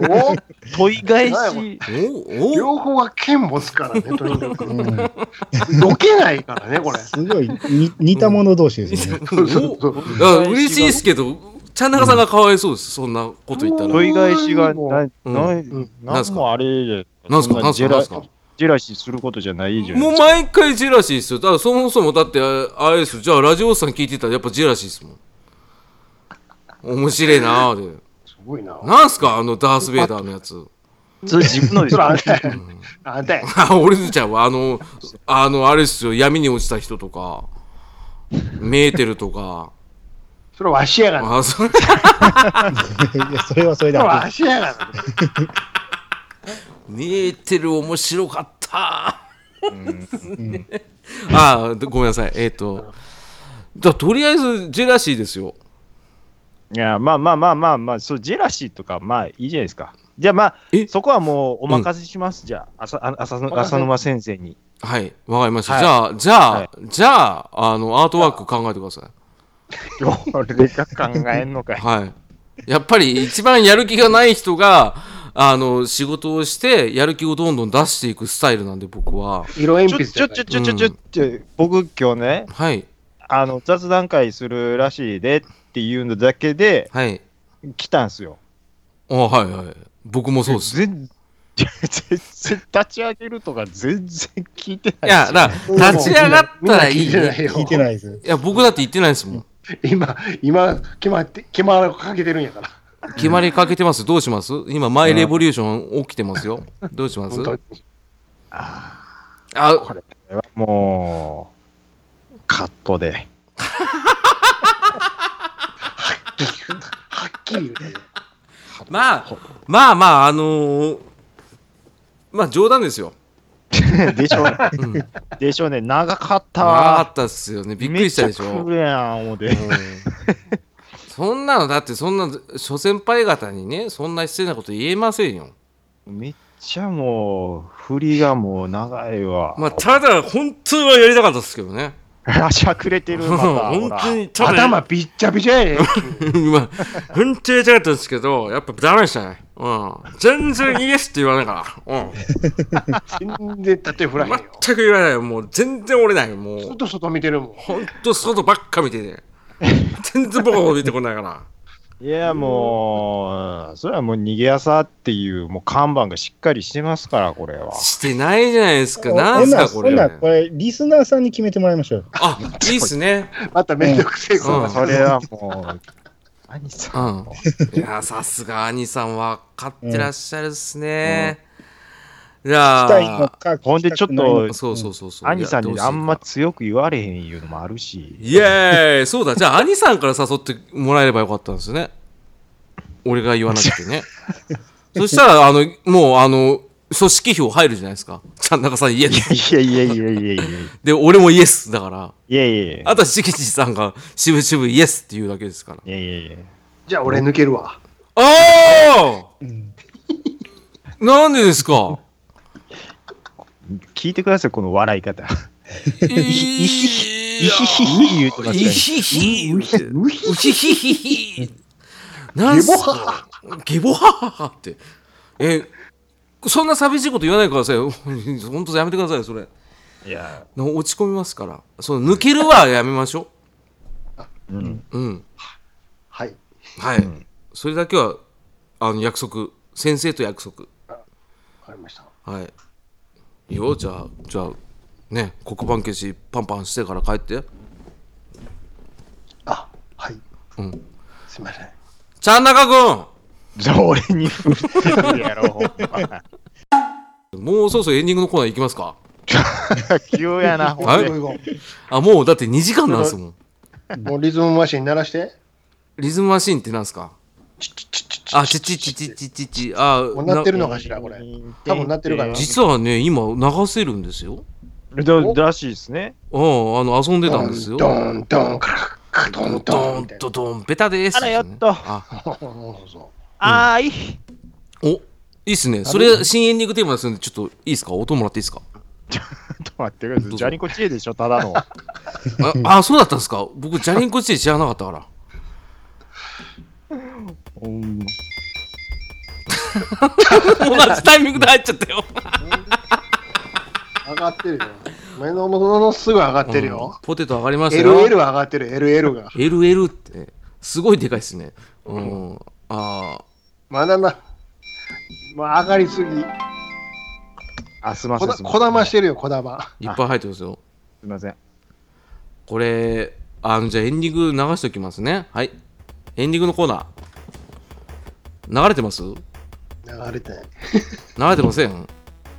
Speaker 3: お
Speaker 1: 問い返
Speaker 3: 何
Speaker 1: し、
Speaker 2: おお
Speaker 3: 両方が剣持つからね、とにかく。
Speaker 4: うん
Speaker 3: どけないからね、これ。
Speaker 4: すごいに似た者同士ですね。
Speaker 3: そうそうそう
Speaker 2: いや嬉しいですけど、ちゃんなかさんがかわいそうです、そんなこと言ったら。
Speaker 1: 問い返しが、な、
Speaker 2: うん
Speaker 1: な、
Speaker 3: ん
Speaker 1: なんもあれで、
Speaker 2: なんすか
Speaker 1: そ
Speaker 2: なんす
Speaker 1: ジェ
Speaker 2: かなん
Speaker 1: ラ
Speaker 2: すか
Speaker 1: ジェラシーすることじゃないじゃん。
Speaker 2: もう毎回ジェラシーですよ。だからそもそもだって、ああれですよ。じゃあラジオさん聞いてたらやっぱジェラシーですもん。面白いなぁで。
Speaker 3: すごいな。
Speaker 2: なんすかあのダース・ベイダーのやつ。
Speaker 1: それ自分のです
Speaker 3: それあ
Speaker 1: よ
Speaker 3: んたや。あんたや。
Speaker 2: あ俺のちゃんはあの、あの、あれですよ。闇に落ちた人とか、メーテルとか。
Speaker 3: それわしやがな。
Speaker 2: あ、それ、 [laughs]
Speaker 4: いやそれはそれ
Speaker 3: それ
Speaker 4: だ
Speaker 3: わしやがな。
Speaker 2: メーテル面白かった。あごめんなさい。えっ、と。だとりあえずジェラシーですよ。
Speaker 1: いや、まあまあまあまあまあ、そう、ジェラシーとか、まあいいじゃないですか。じゃあまあ
Speaker 2: え、
Speaker 1: そこはもうお任せします。じゃあ、浅あ浅野浅沼先生に。
Speaker 2: はい、わかりました。
Speaker 1: はい
Speaker 2: じゃあ、じゃあ、
Speaker 1: はい
Speaker 2: じゃあ、あの、アートワーク考えてくださ
Speaker 1: 俺が考えんのか
Speaker 2: い。
Speaker 1: い。
Speaker 2: はい。やっぱり一番やる気がない人が、あの、仕事をして、やる気をどんどん出していくスタイルなんで、僕は。
Speaker 3: 色鉛
Speaker 1: [laughs] ちょ
Speaker 3: 筆
Speaker 1: ち
Speaker 3: じゃ
Speaker 1: ょ
Speaker 3: ない
Speaker 1: ちょちょちょちょって、僕今日ね、
Speaker 2: はい、
Speaker 1: あの、雑談会するらしいでっていうのだけで
Speaker 2: はい。
Speaker 1: 来たんすよ。
Speaker 2: あはい、はい。僕もそうです。い
Speaker 1: 全全然立ち上げるとか全然聞いてない。
Speaker 2: や、だから立ち上がったらいい、
Speaker 3: みんな
Speaker 2: ね。
Speaker 3: 聞い
Speaker 4: 聞い
Speaker 3: て
Speaker 4: て
Speaker 3: ないよ
Speaker 4: ないです。
Speaker 2: いや、僕だって言ってないですもん。
Speaker 3: 今、今、決まって、決まりかけてるんやから。
Speaker 2: 決まりかけてます。どうします今、マイレボリューション起きてますよ。どうします
Speaker 3: 本当に。
Speaker 2: あ、
Speaker 1: もう、カット
Speaker 2: [laughs]
Speaker 1: で。
Speaker 3: はっきり言うて。
Speaker 2: まあ、まあまあ、あのーまあ冗談ですよ。
Speaker 1: でしょうね。
Speaker 2: うん、長
Speaker 1: でしょうね。長かった
Speaker 2: か
Speaker 1: わ。
Speaker 2: ったっすよね。びっくりしたでし
Speaker 1: めっちゃ
Speaker 2: ょ
Speaker 1: 来。るやん、思うて。
Speaker 2: うんそんなの、だってそんな、諸先輩方にね、そんな失礼なこと言えませんよ。
Speaker 1: めっちゃもう、振りがもう長いわ。
Speaker 2: まあ、ただ、本当はやりたかったですけどね。
Speaker 1: あ、しゃくれてる、また。ほ
Speaker 2: [laughs] 本
Speaker 1: ら
Speaker 2: 当に、ただ、
Speaker 3: 頭びっちゃびちゃやね。
Speaker 2: [laughs] まあ、本当にやりたかったんですけど、やっぱダメでしたね。うん。全然イエスって言わないから。うん。
Speaker 3: 全然立て振らへ
Speaker 2: [laughs]
Speaker 3: んよ。
Speaker 2: 全く言わないよ。もう、全然折れないよ。も
Speaker 3: ず
Speaker 2: う
Speaker 3: っ。と外見てるもん。
Speaker 2: ほんと外ばっか見てて。全然僕を見てこないから。
Speaker 1: いや、もう、それはもう逃げ朝っていう、もう看板がしっかりしてますから、これは。
Speaker 2: してないじゃないですか。なんすか、こ
Speaker 4: ほんなら
Speaker 2: れ
Speaker 4: ほんなら。これ、リスナーさんに決めてもらいましょう。
Speaker 2: あ、いいっすね。
Speaker 3: まためんどくせえこ
Speaker 2: う
Speaker 3: と
Speaker 2: ん
Speaker 1: それはもう、何
Speaker 2: う
Speaker 1: さ、
Speaker 2: ん。いや、さすが兄さん、分かってらっしゃるっすね。じ
Speaker 4: 期待
Speaker 2: ゃ
Speaker 4: の
Speaker 2: あ、
Speaker 4: か、
Speaker 1: ほんでちょっと
Speaker 4: 聞きたくないのか
Speaker 2: そうそうそうそう。
Speaker 1: 兄さんにあんま
Speaker 2: いや。
Speaker 1: 強く言われへんいうのもあるし。
Speaker 2: イエーイそうだ、じゃあ兄さんから誘ってもらえればよかったんですね。俺が言わなくてね。そしたら、あの、もう、あの、組織票入るじゃないですか。ちゃん中さんイエス。
Speaker 1: いやいやいやいやいやいや
Speaker 2: で、俺もイエスだから。
Speaker 1: いやいやいや
Speaker 2: あとはしきちさんがしぶしぶイエスって言うだけですから。
Speaker 1: いやいやいや
Speaker 3: じゃあ俺抜けるわ。
Speaker 2: あ
Speaker 4: うん
Speaker 2: あなんでですか
Speaker 1: 聞いてください、この笑い方。
Speaker 2: いひ
Speaker 1: イヒヒヒ言ってますからね
Speaker 2: いひひうひ
Speaker 3: う
Speaker 2: ひ
Speaker 3: ひ
Speaker 2: ひひなんすかゲボハハハって。え、そんな寂しいこと言わないでくださいよ。 [laughs] 本当やめてくださいよ、それ。
Speaker 1: いや、
Speaker 2: 落ち込みますから。その抜けるはやめましょ
Speaker 1: うん。
Speaker 2: う。うん。
Speaker 3: はい。
Speaker 2: はい。
Speaker 1: うん
Speaker 2: それだけは、あの、約束。先生と約束。
Speaker 3: わかりました。
Speaker 2: はい。いいよ、じゃあ、じゃあ、ね、黒板消しパンパンしてから帰って。
Speaker 3: あ、はい。
Speaker 2: うん。
Speaker 3: すみません。
Speaker 2: ちゃんなかく
Speaker 1: じゃあ、俺に振ってるやろ、
Speaker 3: [laughs]
Speaker 1: ほんま。
Speaker 2: んもうそろそろエンディングのコーナー行きますか
Speaker 1: 急やな、ほん
Speaker 2: あ
Speaker 1: ま
Speaker 2: れ
Speaker 3: ごめんごめん
Speaker 2: あ、もうだって2時間なんですもん。
Speaker 3: もうリズムマシン鳴らして。
Speaker 2: リズムマシーンってなんですか
Speaker 3: チッチッチッチッチッ
Speaker 2: あ、ちちちちちちち、あ、
Speaker 3: もう鳴ってるのかしら、これ。多分鳴ってるからな
Speaker 2: 実はね、今流せるんですよ。
Speaker 1: だらしいですね。
Speaker 2: うん、あの、遊んでたんですよ。
Speaker 3: ド
Speaker 2: ド
Speaker 3: ンドン、カラッカドンド
Speaker 2: ー
Speaker 3: ンみ
Speaker 2: ン
Speaker 3: たい
Speaker 2: とドーン、ベタです。
Speaker 1: あらやっと
Speaker 2: あ
Speaker 3: な。そうそ
Speaker 1: あーい。
Speaker 2: お、いいっすね。それ、新エンディングテーマですので、ちょっといいですか音もらっていいです
Speaker 3: [laughs]
Speaker 2: か
Speaker 1: ちょっと待ってくださ
Speaker 2: どうぞ
Speaker 1: い。ジャニコ知恵でしょ、ただの。
Speaker 2: あ、あそうだったんですか僕、ジャリンコチで知らなかった
Speaker 3: [laughs]
Speaker 2: から。同じタイミングで入っちゃったよ。
Speaker 3: う。上がってるよ。目のものすぐ上がってる
Speaker 2: うん
Speaker 3: よ。
Speaker 2: ポテト上がりましたよ。
Speaker 3: LL は上がってる、LL が。
Speaker 2: LL って、すごいでかいっすね。うん。あ
Speaker 3: まだな。もう上がりすぎ。
Speaker 1: [laughs] あ、すみませ
Speaker 3: こ
Speaker 1: ん。
Speaker 3: だ
Speaker 1: すい
Speaker 3: こだましてるよ、こだま。
Speaker 2: ーいっぱい入ってますよ。
Speaker 1: ません。
Speaker 2: これ、あの、じゃあエンディング流しておきますね。はい。エンディングのコーナー。流れてます流
Speaker 3: 流れてない。
Speaker 2: れてません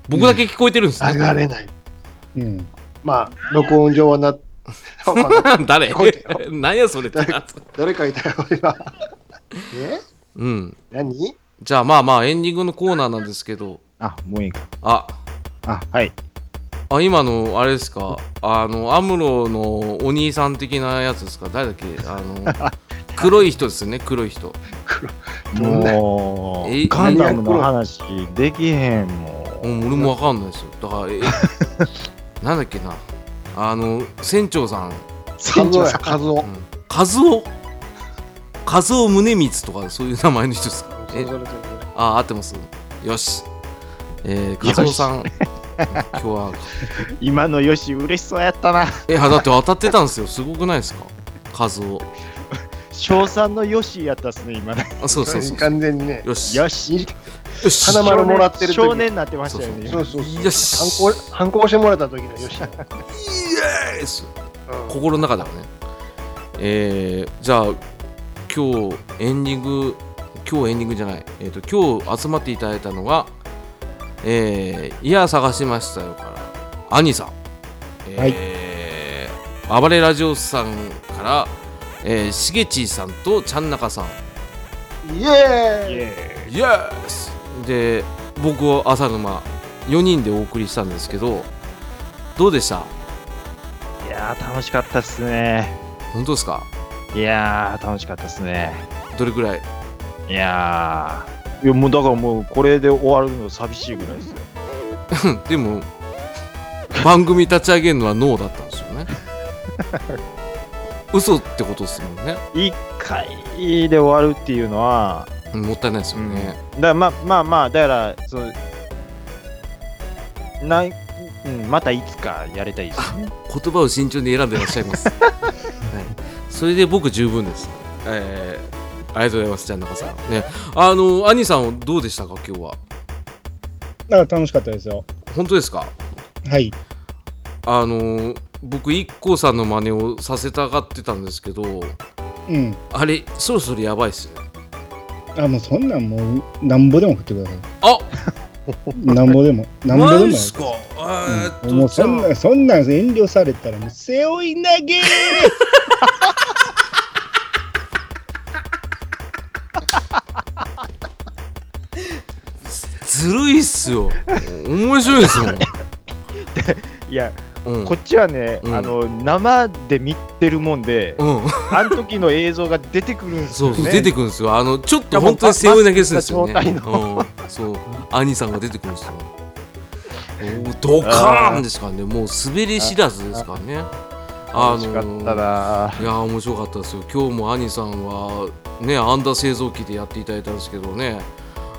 Speaker 2: 僕だけ聞こえてるんですね。
Speaker 3: 流れない。
Speaker 4: うん。
Speaker 3: まあ、録音上はな。
Speaker 2: [laughs] 誰
Speaker 3: こえてよ
Speaker 2: 何やそれってな。
Speaker 3: 誰かいたよ、今。え
Speaker 2: うん。
Speaker 3: 何
Speaker 2: じゃあまあまあエンディングのコーナーなんですけど、
Speaker 1: あ、もういいか。
Speaker 2: あ、
Speaker 1: あ、はい。
Speaker 2: あ今のあれですか、あの、アムロのお兄さん的なやつですか、誰だっけ、あ
Speaker 3: [laughs]
Speaker 2: の、黒い人ですよね、黒い人。
Speaker 3: どんな
Speaker 1: も
Speaker 2: え
Speaker 1: う、ガンダムの話できへん
Speaker 2: う
Speaker 1: も
Speaker 2: ん、俺もわかんないですよ。だから、え、
Speaker 3: [laughs]
Speaker 2: なんだっけな、あの、船長さん、
Speaker 3: カズオや、カズオ。
Speaker 2: カズオカズオ宗光とかそういう名前の人ですかえああ合ってますよしえー、カズオさん今日は
Speaker 1: う。今のよし、嬉しそうやったな。
Speaker 2: えあだって当たってたんですよすごくないですかカズオ
Speaker 1: 賞賛のよしやったっすね、今ね。
Speaker 2: あそうそうそう
Speaker 3: 完全にね。
Speaker 2: よしよ
Speaker 1: よし。
Speaker 2: し
Speaker 3: 花丸もらってる時
Speaker 1: 少年になってましたよね。
Speaker 3: そうそうそう。
Speaker 2: よし
Speaker 3: 反抗反抗してもらっ
Speaker 2: [laughs]
Speaker 3: た時のよし。う
Speaker 2: イエーイです
Speaker 3: ん
Speaker 2: 心の中ではねえー、じゃあ今日エンディング今日エンディングじゃない、えー、と今日集まっていただいたのが「えー、いや探しましたよ」から兄さん、えー暴れラジオさんから、えー、しげちーさんとちゃんなかさん
Speaker 3: イエーイ
Speaker 1: え
Speaker 2: イエスで僕を浅沼4人でお送りしたんですけどどうでした
Speaker 1: ーいやー、楽しかったっすね。
Speaker 2: 本当ですか
Speaker 1: いやー、楽しかったっすね。
Speaker 2: どれくらい
Speaker 1: いやー。いやもうだからもうこれで終わるの寂しいぐらいですよ。
Speaker 2: でも番組立ち上げるのはノーだったんです
Speaker 4: [laughs]
Speaker 2: よね嘘ってことですもんね
Speaker 1: 一回で終わるっていうのは、
Speaker 2: うんもったいないですよね、
Speaker 1: だからまあまあまあだからそのない、うん、またいつかやりたい [laughs] ですね
Speaker 2: 言葉を慎重に選んでらっしゃい
Speaker 4: [laughs]
Speaker 2: ます、はい、それで僕十分ですえー、ありがとうございますじゃあ中さんねあの兄さんはどうでしたか今日は
Speaker 4: だから楽しかったですよ。
Speaker 2: 本当ですか
Speaker 4: はい。
Speaker 2: あの僕 IKKO さんの真似をさせたがってたんですけど
Speaker 4: うん。
Speaker 2: あれそろそろやばいっすね
Speaker 4: あ、もうそんなんもう、なんぼでも振ってください。
Speaker 2: あ
Speaker 4: なんぼでも。なんぼで
Speaker 2: マ
Speaker 4: も
Speaker 2: ジ
Speaker 4: や
Speaker 2: っ
Speaker 4: る。
Speaker 2: すかえーっ
Speaker 4: う
Speaker 2: と
Speaker 4: んもうそん
Speaker 2: じゃあ
Speaker 4: な、そんなん遠慮されたら、もう背負い投げー
Speaker 2: [laughs] ずるいっすよ。面白いですもん。
Speaker 1: いや
Speaker 2: うん
Speaker 1: こっちはね、
Speaker 2: うん
Speaker 1: あの生で見てるもんで、 [laughs]
Speaker 2: うん、
Speaker 1: あの時の映像が出てくるんです
Speaker 2: そ
Speaker 1: よ
Speaker 2: う
Speaker 1: ね。
Speaker 2: そう、出てくるんですよ。あの、ちょっと本当に背負い投げするんですよね。
Speaker 1: いや
Speaker 2: うん、そう、兄さんが出てくるんですよ。おードカーンですからね、もう滑り知らずですからね。あ
Speaker 1: 楽しか
Speaker 2: の
Speaker 1: ったない
Speaker 2: やー面白かったですよ今日も兄さんはねアンダー製造機でやっていただいたんですけどね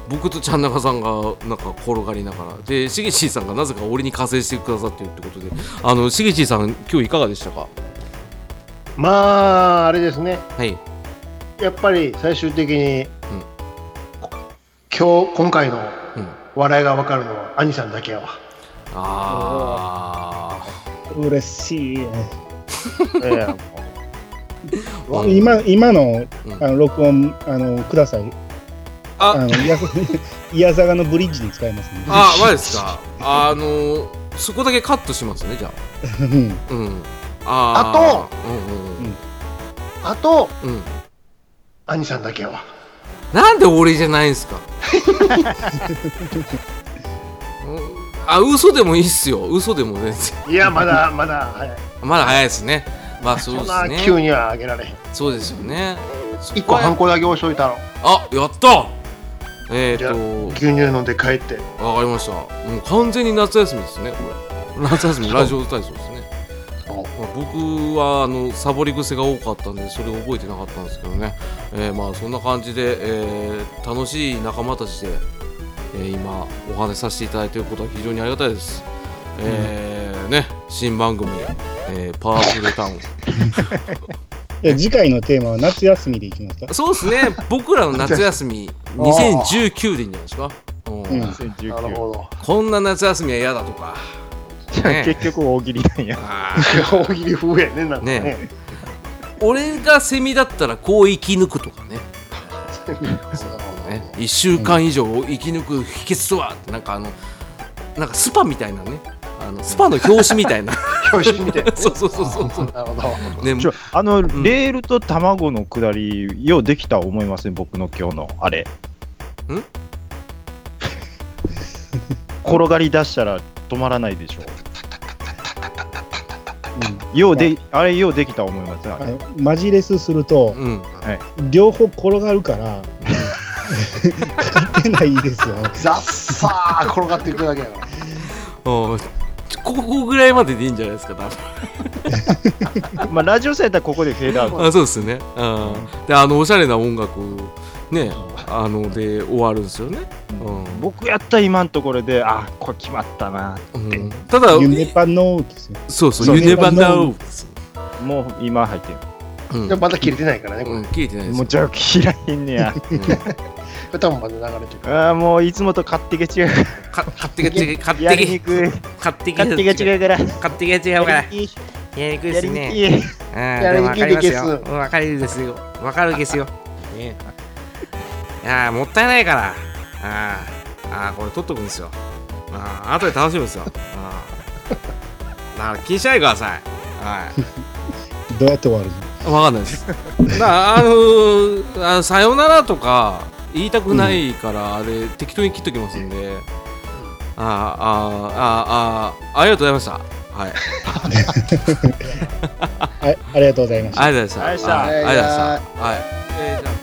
Speaker 2: 僕とちゃん中さんがなんか転がりながらでしげちーさんがなぜか俺に加勢してくださってるってことであのしげちーさん今日いかがでしたか
Speaker 3: まあ、あれですね。
Speaker 2: はい
Speaker 3: やっぱり最終的に、今日、今回の
Speaker 2: うん
Speaker 3: 笑いが分かるのは、兄さんだけやわ。
Speaker 2: あ
Speaker 4: 嬉しいね。
Speaker 1: ええ
Speaker 2: ーうん
Speaker 4: [laughs] 今今の
Speaker 2: うん
Speaker 4: あの録音あのください。
Speaker 2: あ
Speaker 4: のいや [laughs] いやさがのブリッジに使えますね。
Speaker 2: あ、まあですか。あのー、そこだけカットしますね、じゃ
Speaker 4: うん
Speaker 2: あ。うん。あー
Speaker 3: あ
Speaker 2: うん
Speaker 3: あと、
Speaker 2: うんうん。うん。
Speaker 3: 兄さんだけやわ。
Speaker 2: なんで俺じゃないんすか [laughs] うんあ、嘘でもいいっすよ。嘘でも全然。
Speaker 3: いや、
Speaker 2: [laughs]
Speaker 3: まだ、まだ、はい
Speaker 2: まだ早いですね。まあ、そう
Speaker 3: そ
Speaker 2: で
Speaker 3: んな
Speaker 2: す
Speaker 3: 急
Speaker 2: ね。
Speaker 3: にはあげられへん。
Speaker 2: そうですよね。
Speaker 3: 一個ハン
Speaker 2: コ。
Speaker 3: コだけ押しといたの。
Speaker 2: あ、やったえっ、
Speaker 3: じゃあ
Speaker 2: ー、と、
Speaker 3: 牛乳飲んで帰って。
Speaker 2: わかりました。もう完全に夏休みですね、これ。夏休み、ラジオ体操ですね。まあ、僕はあのサボり癖が多かったんでそれを覚えてなかったんですけどね、えーまあそんな感じで、えー楽しい仲間たちで、えー今お話しさせていただいていることは非常にありがたいです、えーね新番組、えーパワフルタウン
Speaker 4: で次回のテーマは夏休みでいきますか。
Speaker 2: そうですね僕らの夏休み2019でいいんじゃないですか、うん
Speaker 4: うん
Speaker 3: なる
Speaker 1: 2019。
Speaker 3: ほど。
Speaker 2: こんな夏休みは嫌だとか
Speaker 1: じゃあ結局大喜利なんや。
Speaker 2: あ
Speaker 3: 大喜利風やね、なんかね。
Speaker 2: ねー俺がセミだったらこう生き抜くとかね [laughs] ね、1週間以上生き抜く秘訣とはってなんかあのなんかスパみたいなねあのスパの表紙み
Speaker 1: [laughs]
Speaker 2: たいな。
Speaker 3: 教師みたいな
Speaker 2: [laughs] そうそうそうそうそう
Speaker 3: なるほど。
Speaker 2: ね
Speaker 1: ちょあの、レールと卵のくだり、ようできた思いません、僕の今日のあれ。 [laughs]
Speaker 2: ん
Speaker 1: 転がり出したら止まらないでしょ。ようで、あれようできた思いません、あ
Speaker 4: あ
Speaker 1: れ。
Speaker 4: のマジレスすると
Speaker 2: うん
Speaker 4: 両方転がるから [laughs] 書いてないですよ。
Speaker 3: ザッサー転がっていくだけやな。
Speaker 2: おーちょここぐらいまででいいんじゃないですか多分
Speaker 1: まあ、ラジオされたらここでフェードアウト。
Speaker 2: あそうですね、うん、であのおしゃれな音楽ねあので終わるんですよね、うん
Speaker 1: 僕やったら今のところで、あ、これ決まったな。
Speaker 2: うん、ただ
Speaker 4: 夢パのですよ。
Speaker 2: そうそ
Speaker 1: そうう
Speaker 2: ゆねばなを
Speaker 4: ゆ
Speaker 1: もう今入ってる。
Speaker 2: うん
Speaker 3: でまだ切れてないからね、これ。
Speaker 2: うん切れてないです
Speaker 1: もう
Speaker 2: よ
Speaker 1: じゃあ嫌いんね
Speaker 2: [laughs]
Speaker 1: や。 [laughs]
Speaker 2: うん
Speaker 3: 歌もまだ流れてるから。
Speaker 1: あーもういつもと勝手が違う。
Speaker 2: か勝手が違う勝
Speaker 1: や
Speaker 2: 手
Speaker 1: りに
Speaker 2: が
Speaker 1: くい。
Speaker 2: 勝手が
Speaker 1: 勝手が違うから。
Speaker 2: 勝手が違うから
Speaker 1: やりにく
Speaker 2: やりにくい
Speaker 1: い。
Speaker 2: で
Speaker 1: や
Speaker 2: す
Speaker 1: り
Speaker 2: ね
Speaker 1: にくい。
Speaker 2: あ
Speaker 3: や
Speaker 2: あ、で
Speaker 3: る
Speaker 2: もわかります
Speaker 3: 気
Speaker 2: よ
Speaker 3: で。
Speaker 2: うんわかるですよ。わかるですよ。ねえ、いやあもったいないから。ああ、ああこれ取っとくんですよ。ああ、後で楽しむんですよ。ああ、だから気にしないでください。はい。
Speaker 4: どうやって終わる
Speaker 2: わかんないです。 [laughs] だからあのーあさよならとか言いたくないから、あれ適当に切っときますんで。ああああああありがとうございました。はい。
Speaker 4: の？はい、ありがとうございました。
Speaker 2: ありがと
Speaker 1: ありが
Speaker 2: うございました。
Speaker 1: とうございました
Speaker 2: はいありがとうございました。はい。えーじゃあ